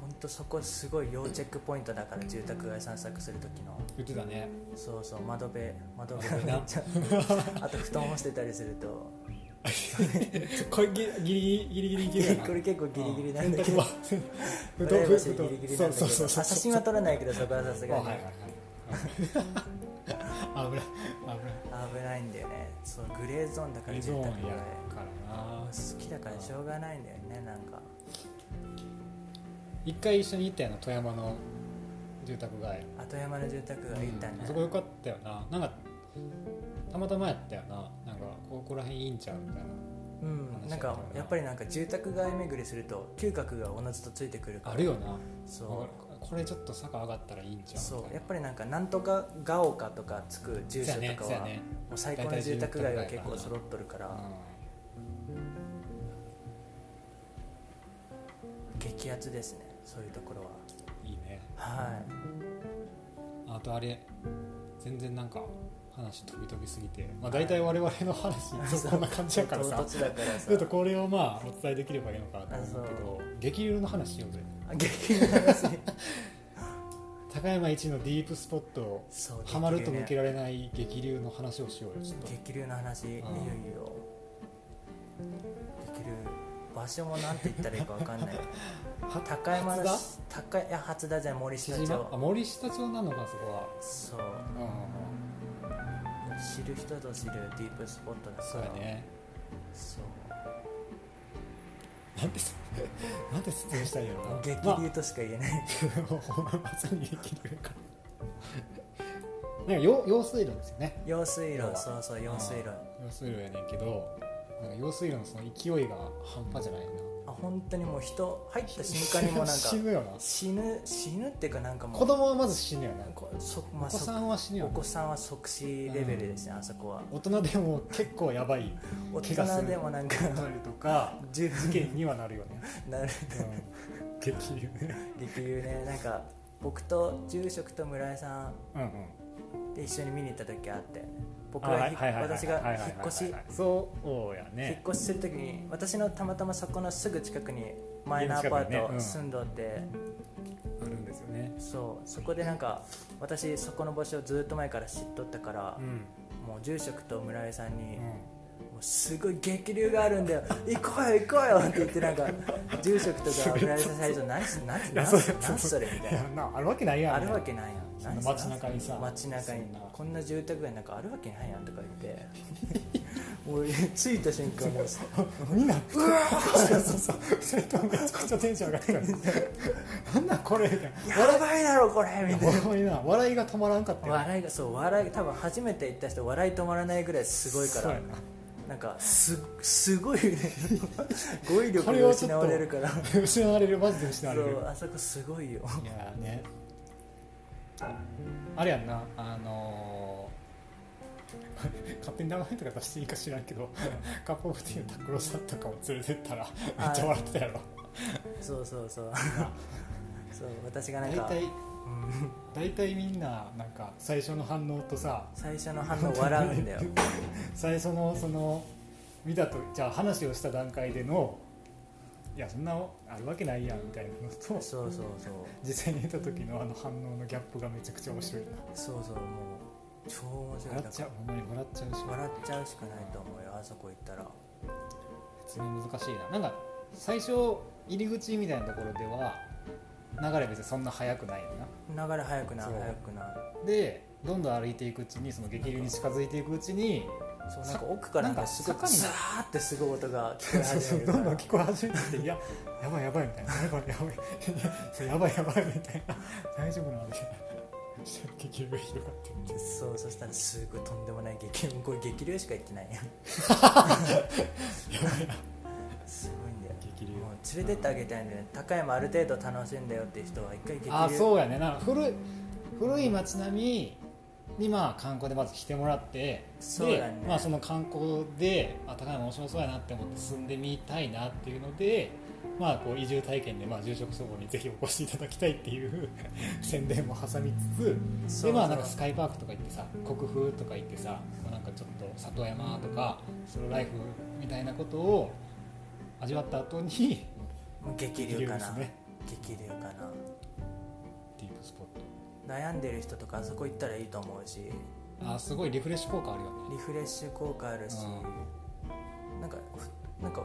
B: ほんとそこすごい要チェックポイントだから住宅街散策する時の
A: 言ってたね
B: そうそう窓辺窓辺
A: 辺
B: め
A: な
B: っちゃあと布団干してたりすると
A: これギリギリギリギリギリやな
B: これ結構ギリギリなんだけど
A: うん洗
B: プ
A: 濯は
B: ライバシーギリギリなんだけ
A: そうそうそ
B: どあ
A: うそう
B: 写真は撮らないけどそこはさすが
A: あ
B: に
A: はいはい はい危ない危ない
B: 危ないんだよねそうグレーゾーンだから
A: リ
B: 住
A: ゾーン
B: 宅街
A: やからな
B: 好きだからしょうがないんだよねなんか
A: 一回一緒に行ったよな富山の住宅街
B: 後山の住宅街行ったね
A: うんあそこ良かったよななんかたまたまやったよななんかここら辺いいんちゃうみたいな
B: うんなんかやっぱりなんか住宅街巡りすると嗅覚がおのずとついてくるから
A: あるよな
B: そ
A: これちょっと坂上がったらいいんち
B: う
A: ゃう
B: そうやっ
A: ぱ
B: ぱりなんかなんとかが丘とかつく住所とかは、
A: ね
B: もう最高の住宅街が結構揃っとるか
A: う
B: ら
A: ん
B: 激アツですねそういうところはい
A: いね
B: は
A: あとあれ全然なんか話飛び飛びすぎて、まあ、大体我々の話い つもこんな感じやから
B: 唐
A: さ
B: 突だからさ
A: ちょっとこれをまあお伝えできればいいのかなと思うけど激流の話しようぜ
B: あ激流の 話
A: 高山一のディープスポット
B: そう
A: ハマると
B: 激流ね
A: 抜けられない激流の話をしようよちょっと
B: 激流の話いいよ
A: ん
B: いいよ激流場所もなんて言ったらいいかわかんない
A: は
B: 高山の
A: 初田
B: 高いいや初田じゃない森下
A: 千島あ
B: 町
A: 森下町なのかそこは
B: そう
A: うん
B: 知る人ぞ知るディープスポットだから
A: そうやね
B: そう
A: なんてすなんて説明したらいいの
B: 激流としか言えない、
A: まさに激流や からなんか用用水路ですよね
B: 用水
A: 要は
B: 路そうそう用水路あ
A: 用水路やねんけどなんか用水路のその勢いが半端じゃないな
B: 本当にもう人入った瞬間にもうなんか
A: 死ぬよな
B: 死ぬ死ぬっていうかなんかもう
A: 子供はまず死ぬよな
B: こそ
A: お
B: まあ
A: 子
B: そ
A: さんは死ぬよ
B: お
A: な
B: 子さんは即死レベルですね、あそこは
A: 大人でも結構やば い
B: 大
A: 怪我す
B: 人
A: る
B: で もなんか
A: なるとか
B: 十
A: 事
B: 分
A: 件にはなるよね、
B: なる
A: うん、激流ね
B: っていうねなんか僕と住職と村井さん
A: うんうん
B: で一緒に見に行った時あって僕
A: あ
B: が
A: は
B: ひ
A: いはいはいはい
B: 私
A: は
B: が
A: いはい
B: 引っ越し
A: はいはいそうや
B: 引っ
A: ね
B: 越しする時に私のたまたまそこのすぐ近くにマイナーア
A: 家
B: パ
A: の近くに
B: ー
A: ねう
B: ト
A: ん
B: 住んどって、
A: あるんですよね
B: そうそこでなんか私そこの場所をずっと前から知っとったから
A: う、ん
B: もう住職と村井さんに、
A: うん
B: もうすごい激流があるん だよ行こうよ行こうよって言ってなんか住職と か村井さん最初何す何
A: い
B: 何
A: や
B: す
A: そう
B: 何す何すそれみたい
A: いや
B: な
A: なあるわけないやん
B: あるわけないやん
A: そんな
B: 何す
A: 街中にさ
B: 街中に
A: そんな
B: こんな住宅街なんかあるわけないやんとか言 ってもう着いた瞬間もう
A: みんなうわーそうそうそうそれとめちゃくちゃテンション上がってたなんなんこれみたい
B: 「やばいだろこれ」みた
A: な
B: いな
A: ほんまにな笑いが止まらんかったよ
B: 笑いがそう笑い多分初めて行った人笑い止まらないぐらいすごいか
A: そうや
B: ら
A: な
B: なんかすすごいね語彙力
A: これ
B: が
A: をちょっ
B: 失
A: と
B: われるから
A: 失われるマジで失われ
B: そ
A: る
B: うあそこすごいよ
A: いやーねあれやんなあのー勝手に名前とか出していいか知らんけど、カップオブティーの拓郎さんとかも連れてったらめっちゃ笑ってたやろ
B: そうそうそうそう私がなん
A: 大
B: か、
A: 体
B: うん
A: 大体みんななんか最初の反応とさ
B: 最初の反応笑うん だよ
A: 最初のその見たとじゃあ話をした段階でのいやそんなあるわけないやんみたいなのと
B: そうそうそう
A: 実際に見た時のあの反応のギャップがめちゃくちゃ面白いな
B: そうそうもう超面白い
A: 笑
B: だ
A: っち
B: か
A: ゃうほんまに笑っちゃうし
B: ら笑っちゃうしかないと思うよあそこ行ったら
A: 説明難しいななんか最初入り口みたいなところでは流れ別にそんな速くないよな
B: 流れ速くない
A: そう
B: 速くない
A: でどんどん歩いていくうちにその激流に近づいていくうちに
B: そう
A: さ
B: なんか奥からなん
A: なん
B: か
A: か
B: すごい
A: 坂に
B: ザーってすごい音が聞こえ
A: そう
B: 始
A: そ
B: め
A: う
B: る
A: ど
B: か
A: んどん
B: ら
A: 聞こえ始めてきて「いややばいやばい」みたいな「やばいやばい」いや「やばいやばい」みたいな「大丈夫な」みたいなしたら激流が広がっていって
B: そうそしたらすごいとんでもない激 流これ激流しか行ってない やんすごいんだよ
A: 激流
B: もう連れてってあげたいんだよね高山ある程度楽しんだよって人は一回激流
A: あそうやねなんか古い古い町並みにまあ観光でまず来てもらって
B: そうやね
A: で、まあ、その観光であ高山面白そうやなって思って住んでみたいなっていうので、まあ、こう移住体験で、まあ、住職祖母にぜひお越しいただきたいっていう 宣伝も挟みつつ
B: そう
A: で、まあ、なんかスカイパークとか行ってさ国風とか行ってさまあなんかちょっと里山とかソロライフみたいなことを味わった後に
B: もう激流か
A: で
B: な
A: すね
B: 激流かな
A: ディープスポット
B: 悩んでる人とかあそこ行ったらいいと思うし
A: あすごいリフレッシュ効果あるよね
B: リフレッシュ効果あるし、なんかふなんか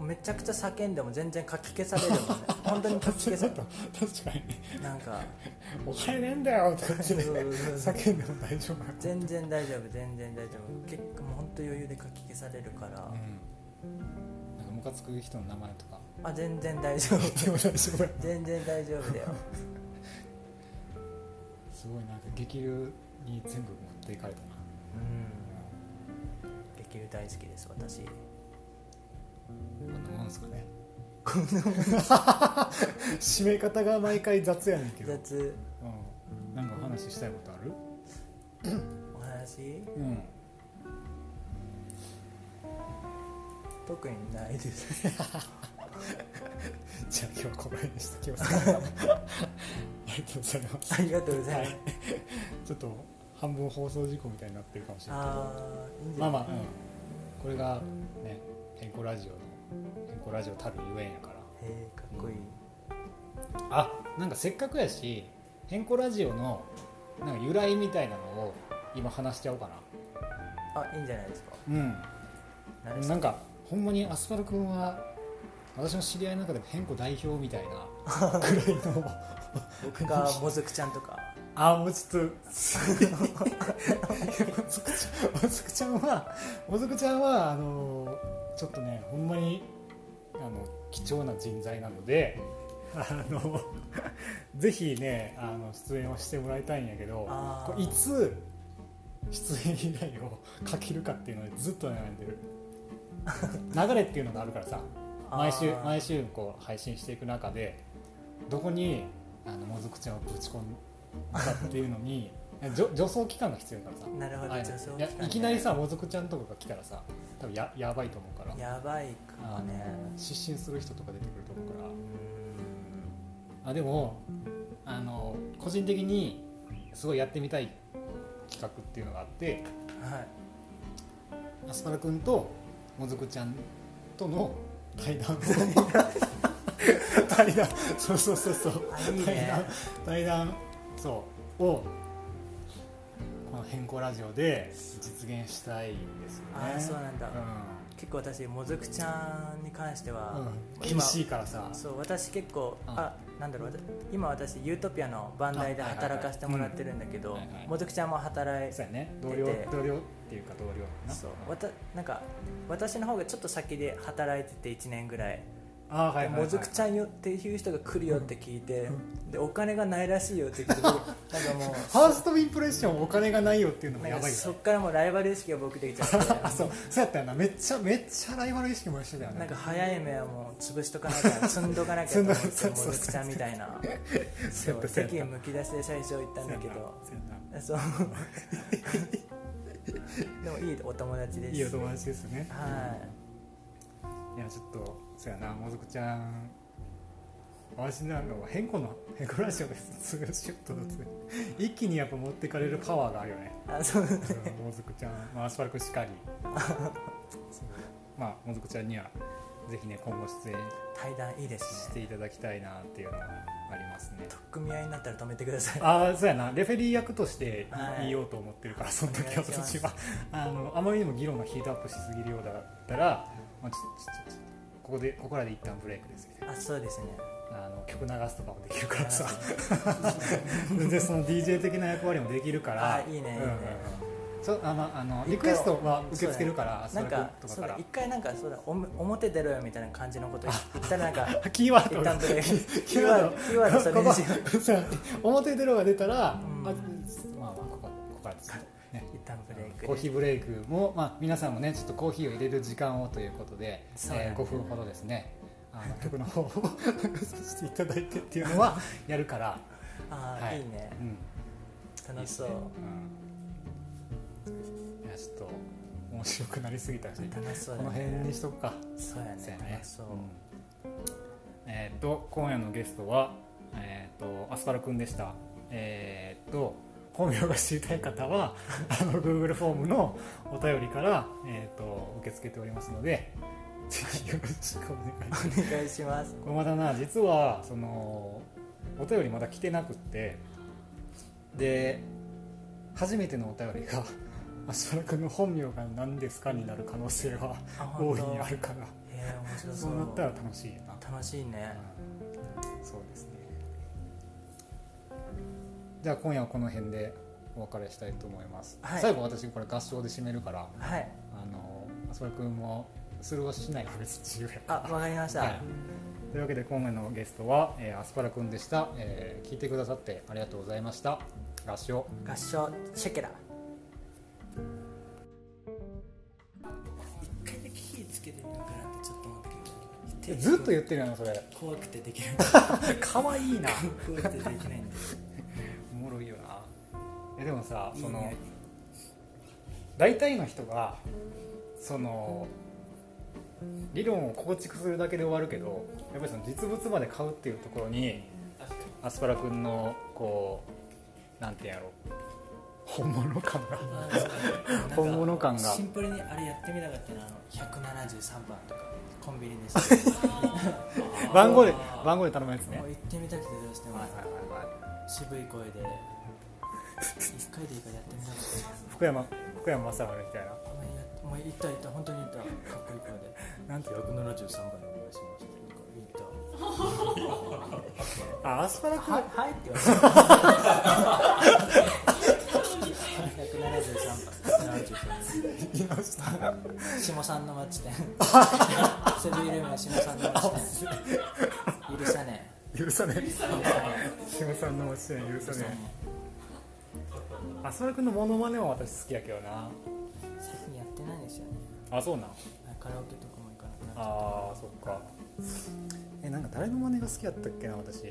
B: めちゃくちゃ叫んでも全然かき消されるも んね本当にかき消され
A: 確かに
B: るなんか
A: お金ねえんだよとか言って
B: そうそうそう
A: 叫んでも大丈夫なの
B: 全然大丈夫全然大丈夫結構もう本当余裕でかき消されるから、
A: うんなんかムカつく人の名前とか
B: あ全然 大丈夫
A: でも大丈夫や
B: 全然大丈夫だよ
A: すごいなんか激流に全部持っていかれたな
B: うん激流大好きです私
A: こんなもんすかねこんなもん締め方が毎回雑やねんけど、う
B: 雑
A: ん、なんかお話ししたいことある
B: お話
A: うん
B: 特にないです
A: じゃあ今日はこの辺にしてき ますありがとうございます
B: ありがとうございます
A: ちょっと半分放送事故みたいになってるかもしれない
B: あーいいん
A: けど
B: じ
A: ま
B: ゃ
A: あ
B: な
A: ま
B: い
A: あ、うん、これがね健康ラジオの健康ラジオたるゆえんやから
B: へえかっこいい、
A: あなんかせっかくやし変更ラジオのなんか由来みたいなのを今話しちゃおうか
B: あいいんじゃないですか
A: なうん
B: 何です
A: な
B: か
A: んかほんまにアスパル君は私の知り合いの中でも変更代表みたいなくらいの
B: 僕がもずくちゃんとか
A: あもうちょっともずくちゃんもずくちゃんはもずくちゃんはあのちょっとねほんまにあの貴重な人材なのであのぜひねあの出演をしてもらいたいんやけど
B: あー
A: これいつ出演依頼をかけるかっていうのでずっと悩んでる流れっていうのがあるからさ毎週
B: あー
A: 毎週こう配信していく中でどこにあのもずくちゃんをぶち込んだかっていうのに じょ助走期間が必要だからさ
B: なるほど
A: あ
B: 助走期間
A: いやいきなりさもずくちゃんとかが来たらさ多分ややばいと思うから
B: やばい
A: あ
B: か
A: の
B: ね
A: 失神する人とか出てくると思うからあでもあの個人的にすごいやってみたい企画っていうのがあって
B: はい
A: アスパラ君ともずくちゃんとの対談を 対談そうそうそうそう
B: あいいね
A: 対談対談そうをこの変更ラジオで実現したいんですよね
B: あーそうなんだ
A: う
B: 結構私もずくちゃんに関しては、
A: んうん厳しいからさ
B: そう私結構、
A: うん
B: あなんだろうわた今私ユートピアのバンダイで
A: あはいはいはい
B: 働かせてもらってるんだけど、
A: うんはいはい
B: もずくちゃんも働い
A: そう
B: て
A: やね同僚
B: 出て
A: 同僚っていうか同僚やな
B: そうわたなんか私の方がちょっと先で働いてて1年ぐらい
A: あーはいはいはい
B: もずくちゃんよっていう人が来るよって聞いて、
A: うんう
B: でお金がないらしい よって聞いてなんかも
A: フ
B: う
A: ァーストインプレッションお金がないよっていうのも
B: な
A: や
B: んか
A: ばいよ
B: そっ
A: ね
B: からもうライバル意識が僕できちゃって
A: あそうそうやったよなめっちゃめっちゃライバル意識も一緒だよね
B: なんか早い目はもう潰しとかなきゃ積んどかなきゃと思っ て
A: 積ん
B: も
A: どそうそうそう
B: ずくちゃんみたいな
A: そ
B: そうう
A: そうやった
B: 席むき出しで最初行ったんだけ ど
A: そうやな
B: そう でもいいお友達です
A: いいお友達ですね
B: はい
A: いやちょっとそうやなもずくちゃん私なんかは変更の変更ラジオです通シュッと一気にやっぱ持ってかれるパワーがある よね
B: あそう
A: うんもずくちゃん、まあ、アスパラクしかりそうまあもずくちゃんにはぜひね今後出演
B: 対談いいで
A: し
B: す
A: て
B: ね
A: いただきたいなっていうのはありますね
B: 取っ組み合いになったら止めてください
A: ああそうやなレフェリー役として
B: はい
A: 言いようと思ってるから、その
B: お
A: 時
B: 願いしま
A: 私
B: す
A: はあのあまりにも議論がヒートアップしすぎるようだったら、まあ、ちょちょちょここでここらで一旦ブレイクですみたい
B: あそうですね
A: なあの曲流すとかもできるからさでその DJ 的な役割もできるから
B: あいいねいいね
A: うんうんうんそうあまああのリクエストは受け付けるから
B: な
A: そ
B: ん
A: れ
B: か
A: とか
B: そ
A: か
B: うだ
A: ら
B: 一回なんかそうだおむ表出ろよみたいな感じのこと言ったらなん か
A: キーワー
B: 一
A: ド
B: 旦ブレイク
A: キーワード
B: キーワードそれにしよう
A: ここそう表出ろが出たら、
B: うん
A: あまあまあここここからですね
B: 一旦ブレイク
A: コーヒーブレイクも、まあ、皆さんもねちょっとコーヒーを入れる時間をということで、
B: そうなんだ
A: えー、5分ほどですねあの曲の方を させていただいてっていうの はやるから、
B: あー、
A: はい
B: い、いね
A: うん、
B: 楽しそう
A: うん、いやちょっと面白くなりすぎたし
B: 楽しそう
A: こ
B: だ
A: の辺
B: ね
A: にしとくか
B: そうや
A: そう
B: ね
A: やね
B: 楽しそう
A: うんえーっと今夜のゲストはえーっとアスパラくんでしたえーっと本名が知りたい方 はあの Google フォームのお便りから、えーっと受け付けておりますのでぜひよろしくお願いします
B: お願いします
A: これまだな実はそのお便りまだ来てなくってで初めてのお便りがアスパラくんの本名が何ですかになる可能性は
B: あ
A: 大
B: 本
A: い
B: 当
A: にあるから
B: えー面白そ
A: そううなったら楽しいよな
B: 楽しいね
A: そうですねじゃあ今夜はこの辺でお別れしたいと思います、
B: はい
A: 最後私これ合唱で締めるから
B: はい
A: あの浅く君もスルーはしないから別に自由や
B: あわかりました、
A: はいというわけで今夜のゲストは、えーアスパラくんでした、えー聞いてくださってありがとうございました合唱
B: 合唱シェケラ
C: 一回だけ火つけてみようかなってちょっと思ったけ
A: え
C: ど
A: ずっと言ってるやんそれ
C: 怖くてでき ない
A: かわいいな
C: 怖くてできないんだよ
A: おもろいよなえでもさ
C: いい
A: その
C: 匂い
A: 大体の人がその理論を構築するだけで終わるけどやっぱりその実物まで買うっていうところにアスパラ君のこうなんてやろう本物感が
C: あーそうなんか
A: 本物感が
C: シンプルにあれやってみたかったなあの173番とか
B: コンビニですけど
A: 番号で
C: あー
A: 番号で頼むやつね
B: もう行ってみたくてどうしても
A: はいはいはいはい
B: 渋い声で一回でいいからやってみたかった
A: 福山福山雅治みたい
B: ごめんやってもう行った行った本当に行ったかっこいい声で
A: ななんていう
B: 173番でお願いしますとか行っ
A: のあアスパラ
B: た
A: くん
B: ははいって言われた173番173
A: 言いました
B: 下さんの町店セブンイレブン下さんの町店許さね
A: 許さねえ
B: え許
A: 下
B: さね
A: さんの街に許
B: え
A: さねえアスパラくんのモノマネも私好きやけどな
B: 最近やってないですよね
A: あそうなん
B: カラオケとかも行かなくなっちゃっ
A: あーそっかえなんか誰の真似が好きやったっけな私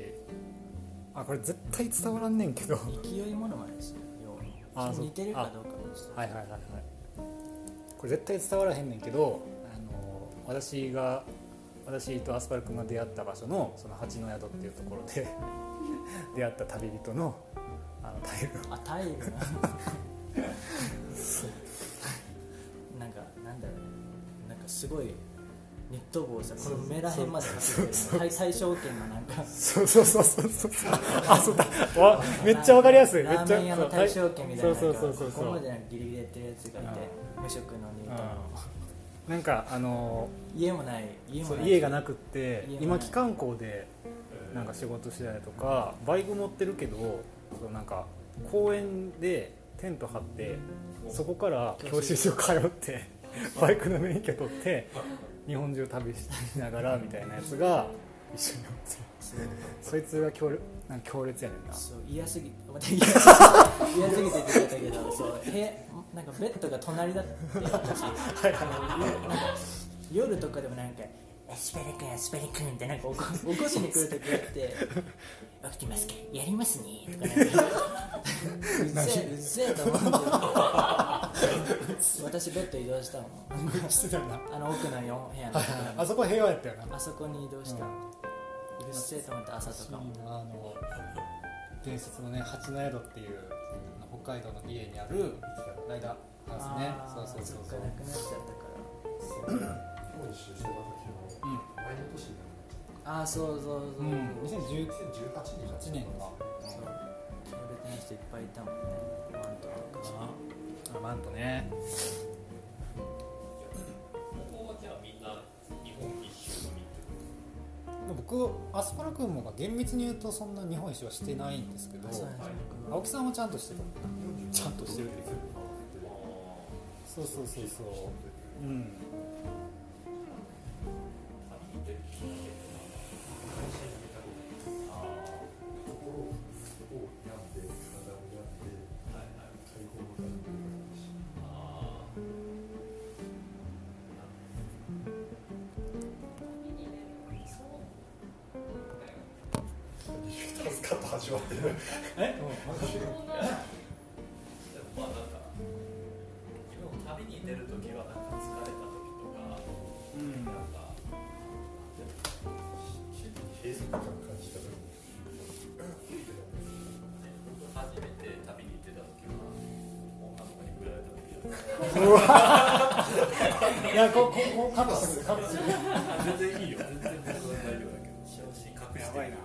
A: あこれ絶対伝わらんねんけどはい
B: た勢いものまねですよ
A: あそう
B: 似てるかどうかもちょっと
A: はいはいはいこれ絶対伝わらへんねんけどあの私が私とアスパル君が出会った場所のその八の宿っていうところで 出会った旅人のあのタイル
B: あタイル ななんかなんだろうねなんかすごいニット帽をさこの目らへんまでかけて対対象圏のなんか
A: そうそうそうそうそうあそうだわめっちゃわかりやすいめっ
B: ラー
A: ちゃ
B: メン屋の大将券みたいななんか
A: そうそうそうそう
B: ここまでなんかギリギリやってるやつがいて無職のニート
A: うんなんかあの
B: 家もない家も
A: そう
B: ない
A: 家がなくって
B: 家もな
A: 今
B: い
A: 帰還校でなんか仕事してたりとかバイク持ってるけどそうなんか公園でテント張ってそこから教習所通ってバイクの免許取って日本中旅しながらみたいなやつが一緒におって
B: そう
A: そいつが強烈なんか強烈やねんな
B: そう嫌すぎ てまた嫌嫌すぎてって言っちゃったけどそう部屋なんかベッドが隣だって私なんか夜とかでもなんか「スペリ君スペリ君」ってなんか起こ起こしに来る時があって「起きてますかやりますね」とかなんか「うっせえうっせえ」と思って私ベッド移動したもん
A: してたよな
B: あの奥の4部屋の
A: あそこ平和やったよな
B: あそこに移動した、うるせえと思って朝とかも
A: あの伝説のね八の宿っていうあの北海道の美瑛にあるライダー
B: あ
A: ハ
B: ー
A: ウスねそうそうそう
B: っかなくなっちゃったから
D: 本に出世した時の
A: うん
D: 前の年になっちゃっ
B: ああそうそうそう
A: う
B: そう、
A: ん
B: そう
A: 2018
D: 2018年だった
A: 年か
B: 強烈な人いっぱいいたもんねワントとか
A: あマントね
E: ここはじゃあみんな日本一周のみってこ
A: 僕アスパラ君もが厳密に言うとそんな日本一周はしてないんですけど
B: あそうなんですね
A: 青木さんはちゃんとしてるちゃんとしてるっていう
E: とあ
A: そうそうそうそううん
E: ー旅に出るきっかけってなんだ
D: 会社辞めた頃
E: あ
D: ところを病んで体を病んで
E: ーはいはい
D: 解放を感じたし
E: あー
D: 20スカッと始まってる
A: え
E: でもまあなんか自分も旅に出るときはなんか疲れたときとか
A: うん
E: なんか
D: 閉塞感感じた時に
E: ね僕初めて旅に出たときは女の子に振られたとき
A: いやこここカットするカットする
E: 全然いいよ全然僕は大丈夫だけど正直隠して
A: やばいな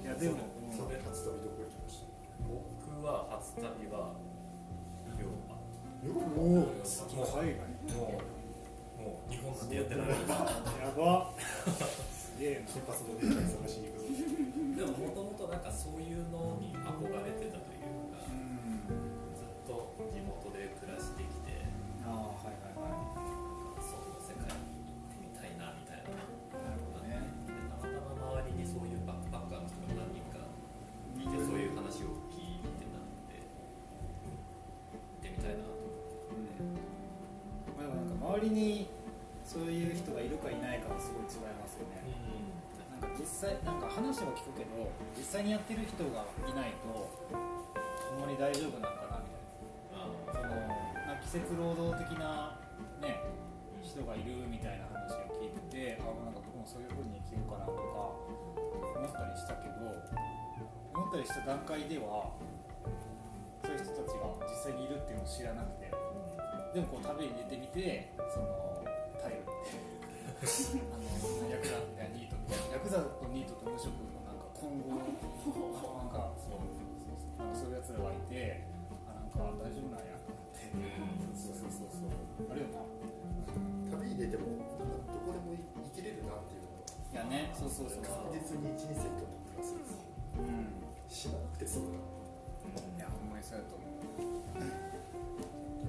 A: いやでも
D: それ初旅どこ行きました
E: 僕は初旅はヨーロッパ
A: も
D: おお
A: う海外
E: もうもう日本なんてやってられない
A: やばすげえ
D: 金髪のデータ探しに行くぞ
E: でももともとなんかそういうのに憧れてたというか
A: なうん
E: ずっと地元で暮らしてきて
A: ああはいは
E: 外の世界に行ってみたいなみたいな
A: い
E: で
A: はいなるほどね
E: たまたま周りにそういうバックパッカーの人が何人かいてそういう話を聞いてたので行ってみたいなと
A: まあでもなんか周りにそういう人がいるかいないかはすごい違いますよね、なん
E: 思
A: か実際なんか話は聞くけど実際にやってる人がいないと共に大丈夫なのかなみ
E: って、
A: たいなそのなんか季節労働的なね人がいるみたいな話を聞いててあなんか僕もそういう風に生きようかなとか思ったりしたけど思ったったりした段階ではそういう人たちが実際にいるっていうのを知らなくてでもこう旅に出てみてその頼って あのヤクザみたいなニートみたいなヤクザとニートと無職のなんか混合のなんかそうなんかそういうやつらがいてあなんか大丈夫なんやと思ってそうそうそうそうあるよな
D: 旅に出てもなんかどこでも生きれるなっていうの
A: いやねそうそうそう
D: は確実に1、2世間のプラスです
A: うん
D: 死ななくて済む
A: い
D: な。
A: やほんまにそうやと思う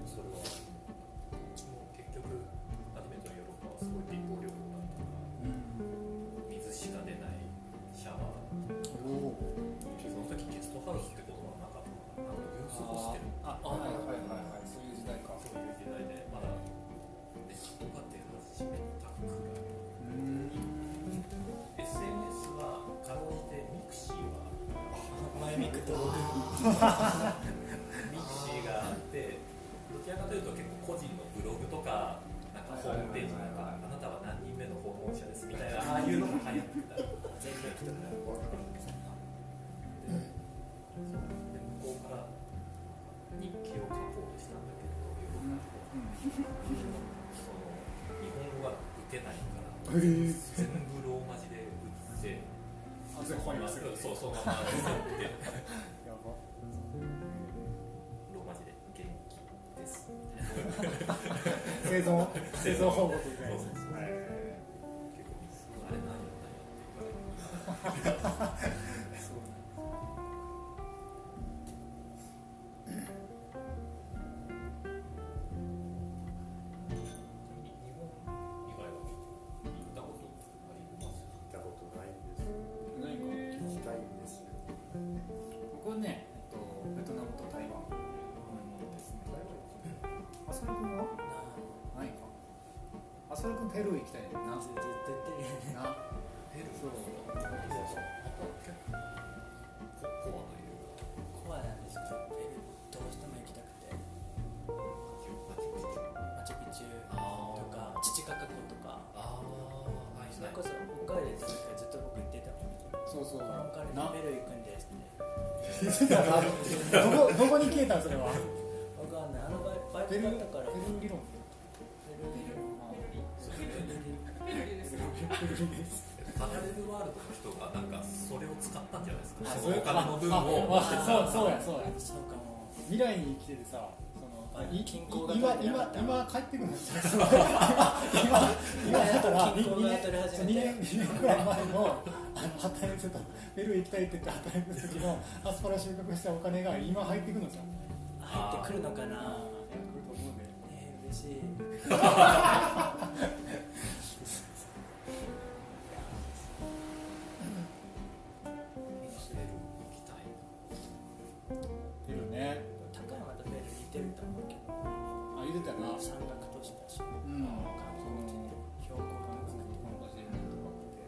E: それはもう結局初めてのヨーロッパはすごい貧乏旅行だったから水しか出ないシャワー
A: おお
E: その時ゲストハウスってことはなかったからなんかユースホステル
A: ああはいはいはいはいそういう時代か
E: そういう時代でまだネットが出始めたくら
A: う
E: い
A: ん
E: SNS はかろうじてミクシーは
B: 前見くと
E: ミクシーがあってどちらかというと結構個人のブログとかなんかホームページなんかあなたは何人目の訪問者ですみたいなああいうのが流行ってた
B: 全然来てもらう
E: で向こうから日記を書こうとしたんだけどヨーロッパのその日本語が打てないから全部ローマ字で打って
A: あそれ本読する
E: そうそのまま打って
A: やば
E: ローマ字で元気です
A: 生存生存報告みたいな
E: そうそうそう
A: はい
E: 結構あれ何やったんやって言われる
A: そう
D: 行っ
E: 日本以外は行ったことあります
D: たことないんです。
A: なんか
D: 行きたいんですよ。
A: 僕はね、えっと、ベトナムと台湾ですねあそれくんは
B: な
A: ないかあそれくんペルー行きたいな
B: あずっと言ってるよね
A: な
E: ペルー
A: そう
E: また結構コアというか
B: コアなんですけどペルーどうしても行きたくてマチュピチュとかチチカカ湖とか
E: ああはい
B: それ
E: は
B: こ
E: い
B: そ北海道ですずっと僕行ってたもん
A: そうそう
B: このお金
A: な
B: でペルー行くんですって
A: どこどこに消えたんそれは
B: わかんないあのバイバイ
A: ペ
B: ク
A: ル
B: だ
A: ー
B: ったから
A: ペルー理論
B: ペルー行く
E: パラレルワールドの人がなんかそれを使ったんじゃないですか
A: あ
E: そのお金の分を
A: ああそうそうやそうや
B: そうかも
A: 未来に生きててさその
B: はい
A: い
B: 均衡が
A: 今
B: 取れてな
A: 今
B: かっ
A: 今帰っ
B: た
A: てくるんですよ今今だから
B: 均衡が
A: 2
B: 取れ始
A: 年
B: めて
A: 2年ぐらい前のあの働いてたペルー行きたいって言って働いてた時のアスパラ収穫したお金が今入ってくるんですよ
B: 入ってくるのかな
A: 来ると思うね
B: えー、嬉しい
E: ペルー行きた
A: い
E: い
A: るね
B: 高山とペルー似てると思うけど
A: あ言うてたよな
B: 山岳都市だし
A: うん
B: 観光地で標高が高くて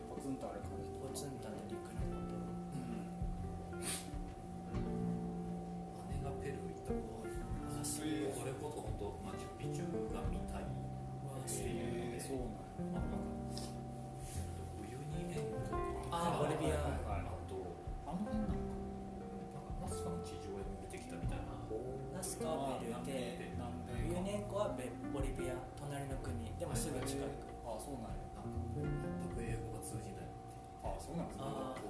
A: ポツンとある感じ
B: ポツンとある陸のこと
E: 姉がペルー行ったことある
B: あ
E: そ
B: そう
E: れ
B: いう
E: こそ本当マチュピチュが見たいっていうの
A: へえ
E: で
A: そうなん
E: まあなんかウユニ塩湖と
B: あボリ
E: か
B: ビア
E: あと
A: あの辺なのか
E: なんかナスカの地上絵も出てきたみたい
B: ナ
E: な
B: スカはペルーで
A: 南米
B: ユ
A: か
B: ネンコはベボリビア隣の国でもすぐ近く
A: あそうなんや
E: 全く英語が通じない
A: あそうなんですね
B: あ
E: ポ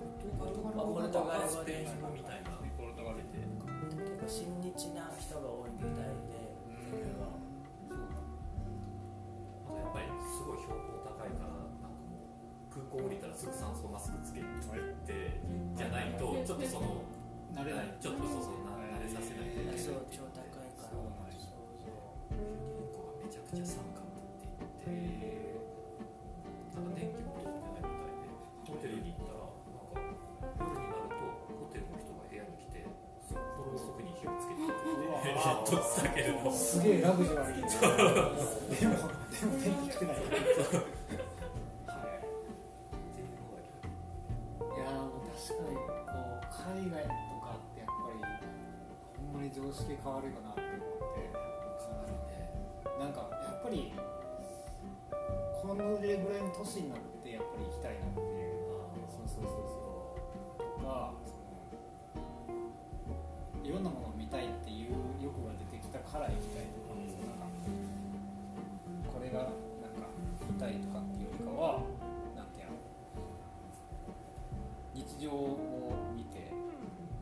E: ルト
B: ポルト
E: ガル語
B: ガル語
E: スペイ
B: で
E: ン語みたいなポルトガルで
B: 結構親日な人が多いみたいでペルーは
E: あとやっぱりすごい標高高いからなんかもう空港降りたらすぐ酸素マスクつけてじゃないとちょっとその
A: 慣れない
E: ちょっとそうそうな慣れさせないといけない
B: そう
E: って
B: 超
E: 言っ
B: 高い
E: て
B: か
A: そ
B: ら
A: うなんや
B: そうそう
E: ユニコがめちゃくちゃ寒かったって言ってなんか電気も通ってないみたいでホテルに行ったらなんか夜になるとホテルの人が部屋に来てそっぽろ遅くに火をつけてくれて
A: う
E: ち
A: わ
E: ょっと避けるの
A: すげえラグジュアリーなでもでも天気来てないは
E: っていうのが結構
A: いいやーもう確かにこう海外とかってやっぱりほんまに常識変わるよなって思ってなんかやっぱりこのレぐらいの年になってやっぱり行きたいなっていうそうそうそうそうとかそのいろんなものを見たいっていう欲が出てきたから行きたいとか,、なんかこれがなんか見たいとかっていうよりかはなんていうの日常を見て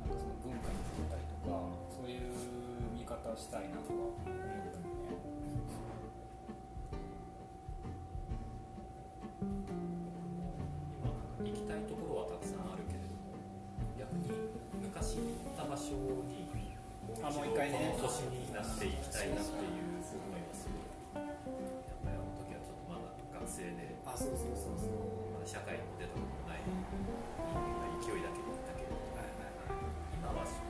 A: なんかその文化に触れたりとかそういう見方をしたいなとか思ったのね。
E: 今行きたいところはたくさんあるけれども逆に昔行った場所にもう
A: あ
E: 一
A: もう
E: 度
A: 一回ね
E: この年になって行きたいなっていう思いはすごいやっぱりあの時はちょっとまだ学生で
A: あそうそうそうそう
E: まだ社会に出たこともない人間が勢いだけで行ったけれども今は、まあ、学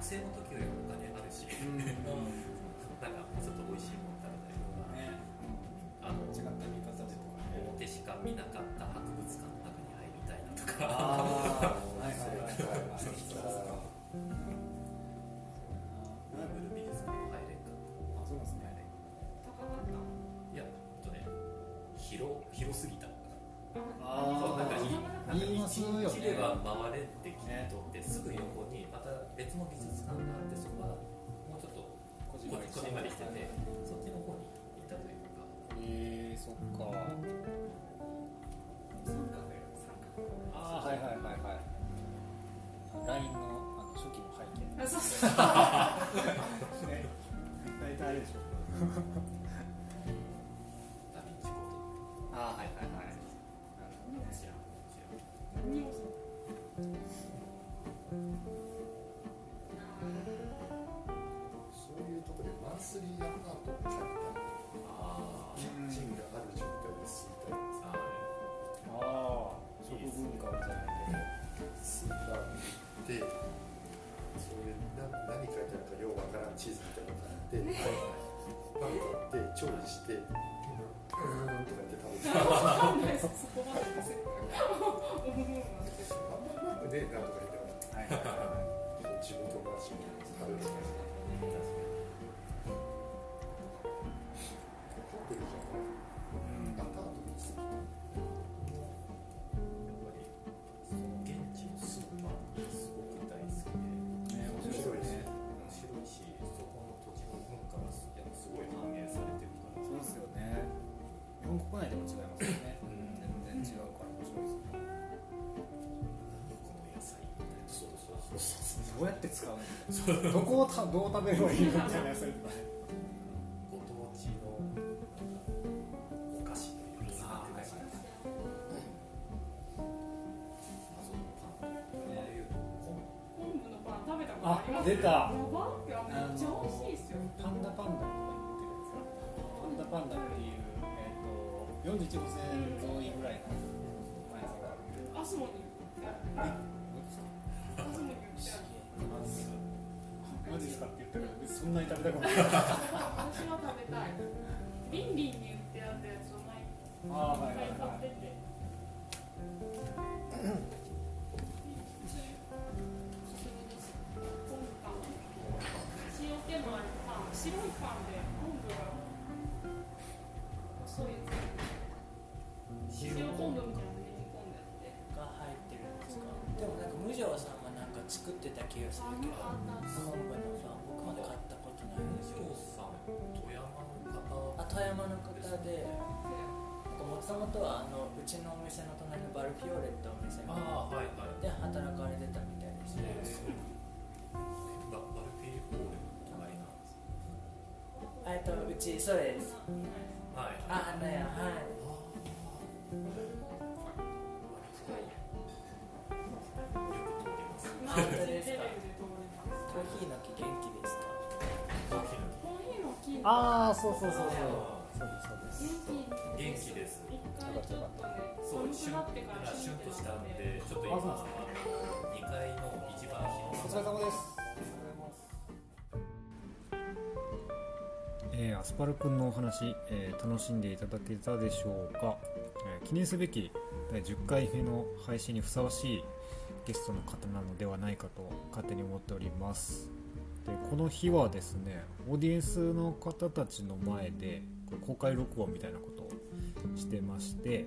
E: 生の時よりお金あるし
A: うんね
E: なんかちょっと美味しいもの食べたりとか、あ
A: 違っ
E: の
A: た見方とかね
E: 表しか見なかった博物館の中に入りたいなと
A: ああ、はいはいはいはい。そうですか。
E: か。
A: そう
E: ルーブル美術館の入れんか
A: あ、そうなんですね。
E: いやえっとね広広すぎたそうなんかいい
A: あ
E: なん
A: あ、
E: か
A: 言いますよね
E: 一。では回れってきっとってすぐ横にまた別の美術館があってそこはもうちょっとこじこじんまりしててそっちの方に行ったというか
A: ええ、そっか。ああ、はいはいはいはい。ラインのあの初期の背景。
F: あそうそう
A: ね。大体あれでしょ。
E: ダヴィンチコー
A: ああ、はいはいはい。なるほどね。
E: ド知らん知らん
F: 何をする
D: そういうところでマンスリーやるなと思ったら
E: あー
D: キッチンがある状態で住みたい
E: あー
A: ああ、食文化じゃないけど。
D: スーパーに行ってそういうな何書いてあるかようわからんチーズみたいなの買って、パン買って調理してうーんとか言って食べてあんま
F: わかんないですそこまでです思うのなんて
D: りうまくねえなとか言ってな
A: はいはいはい。
D: がら自分と同じもの食べるとか
E: 確か
D: ホテルじゃ
A: うん
D: ないアパートに住み
E: にやっぱりその現地のスーパーってすごく大好きで
A: ね、面白いね。
E: 面白いしそこの土地の文化がすやっぱすごい反映されてるから
A: そうですよね。日本国内でも違いますよね。全然違うから面白いですね。
E: この野菜みたいなそうそうそう
A: どうやって使うの？どこをたどう食べればいいのみたいな野菜とか。
E: ご当地のお菓子というか手菓子謎のパンというかああいうコン
F: 昆布のパン食べたことあります
A: あ出た
F: ロバンペはめっちゃ美味しいですよ
A: パンダパンダとか言ってるんですか？パンダパンダっていうえっ、と四十一路線沿いぐらいのパン屋さんがあるんで。
F: アスモにアスモに売ってある
A: マジですかって言ったけど別にそんなに食べたくない。
F: 私は食べたいリンリンに売ってあったやつを毎
A: ああはい
F: 回
A: はい
F: 買
A: は
F: って
A: い。
F: ておすすめです昆布パン塩気のあるパン白いパンで昆布が細いやつ塩昆布みたいなのに煮込んで
B: が
F: あって
B: 入ってるんですか
F: う
B: でもなんか無常さんがなんか作ってた気がす
F: あ
B: るけど
F: よかった
B: 昆布のさ僕まで買ったことないんですけ
E: 京
B: ど
E: さん富山の方
B: あ富山の方で
F: あ
B: もともとはあのうちのお店の隣のバルフィオレってお店
E: ああはいはい
B: で働かれてたみたいですね
E: ババルフィーホールの隣なんです
B: えっとうちそうです
E: はい
B: あ
E: あ
B: 花屋はい
E: よく通ります
F: まあ、レベルで通れます。
B: コーヒーの木元気ですか
E: コーヒーの
F: コーヒーの金
A: ああそうそうそうそう。そうですそうです。
F: 元気
E: 元気です
F: 一回ちょっとね、
E: そう、
F: 寒く
E: 旬
F: なってから
E: シュンとしたん
F: て
E: で、ちょっと今、2階の一番
A: お
E: 広
A: 疲れ様です。
G: えーアスパルくんのお話、えー楽しんでいただけたでしょうか、えー記念すべき第10回目の配信にふさわしいゲストの方なのではないかと勝手に思っておりますでこの日はですねオーディエンスの方たちの前でこう公開録音みたいなことを
A: してまして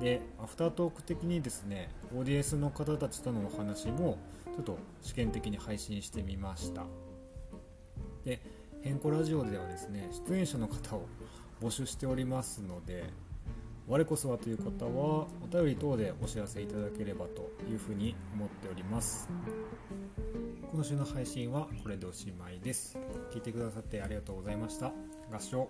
A: でアフタートーク的にですね ODS の方たちとのお話もちょっと試験的に配信してみましたで変更ラジオではですね出演者の方を募集しておりますので我こそはという方はお便り等でお知らせいただければというふうに思っております今週の配信はこれでおしまいです聞いてくださってありがとうございました合唱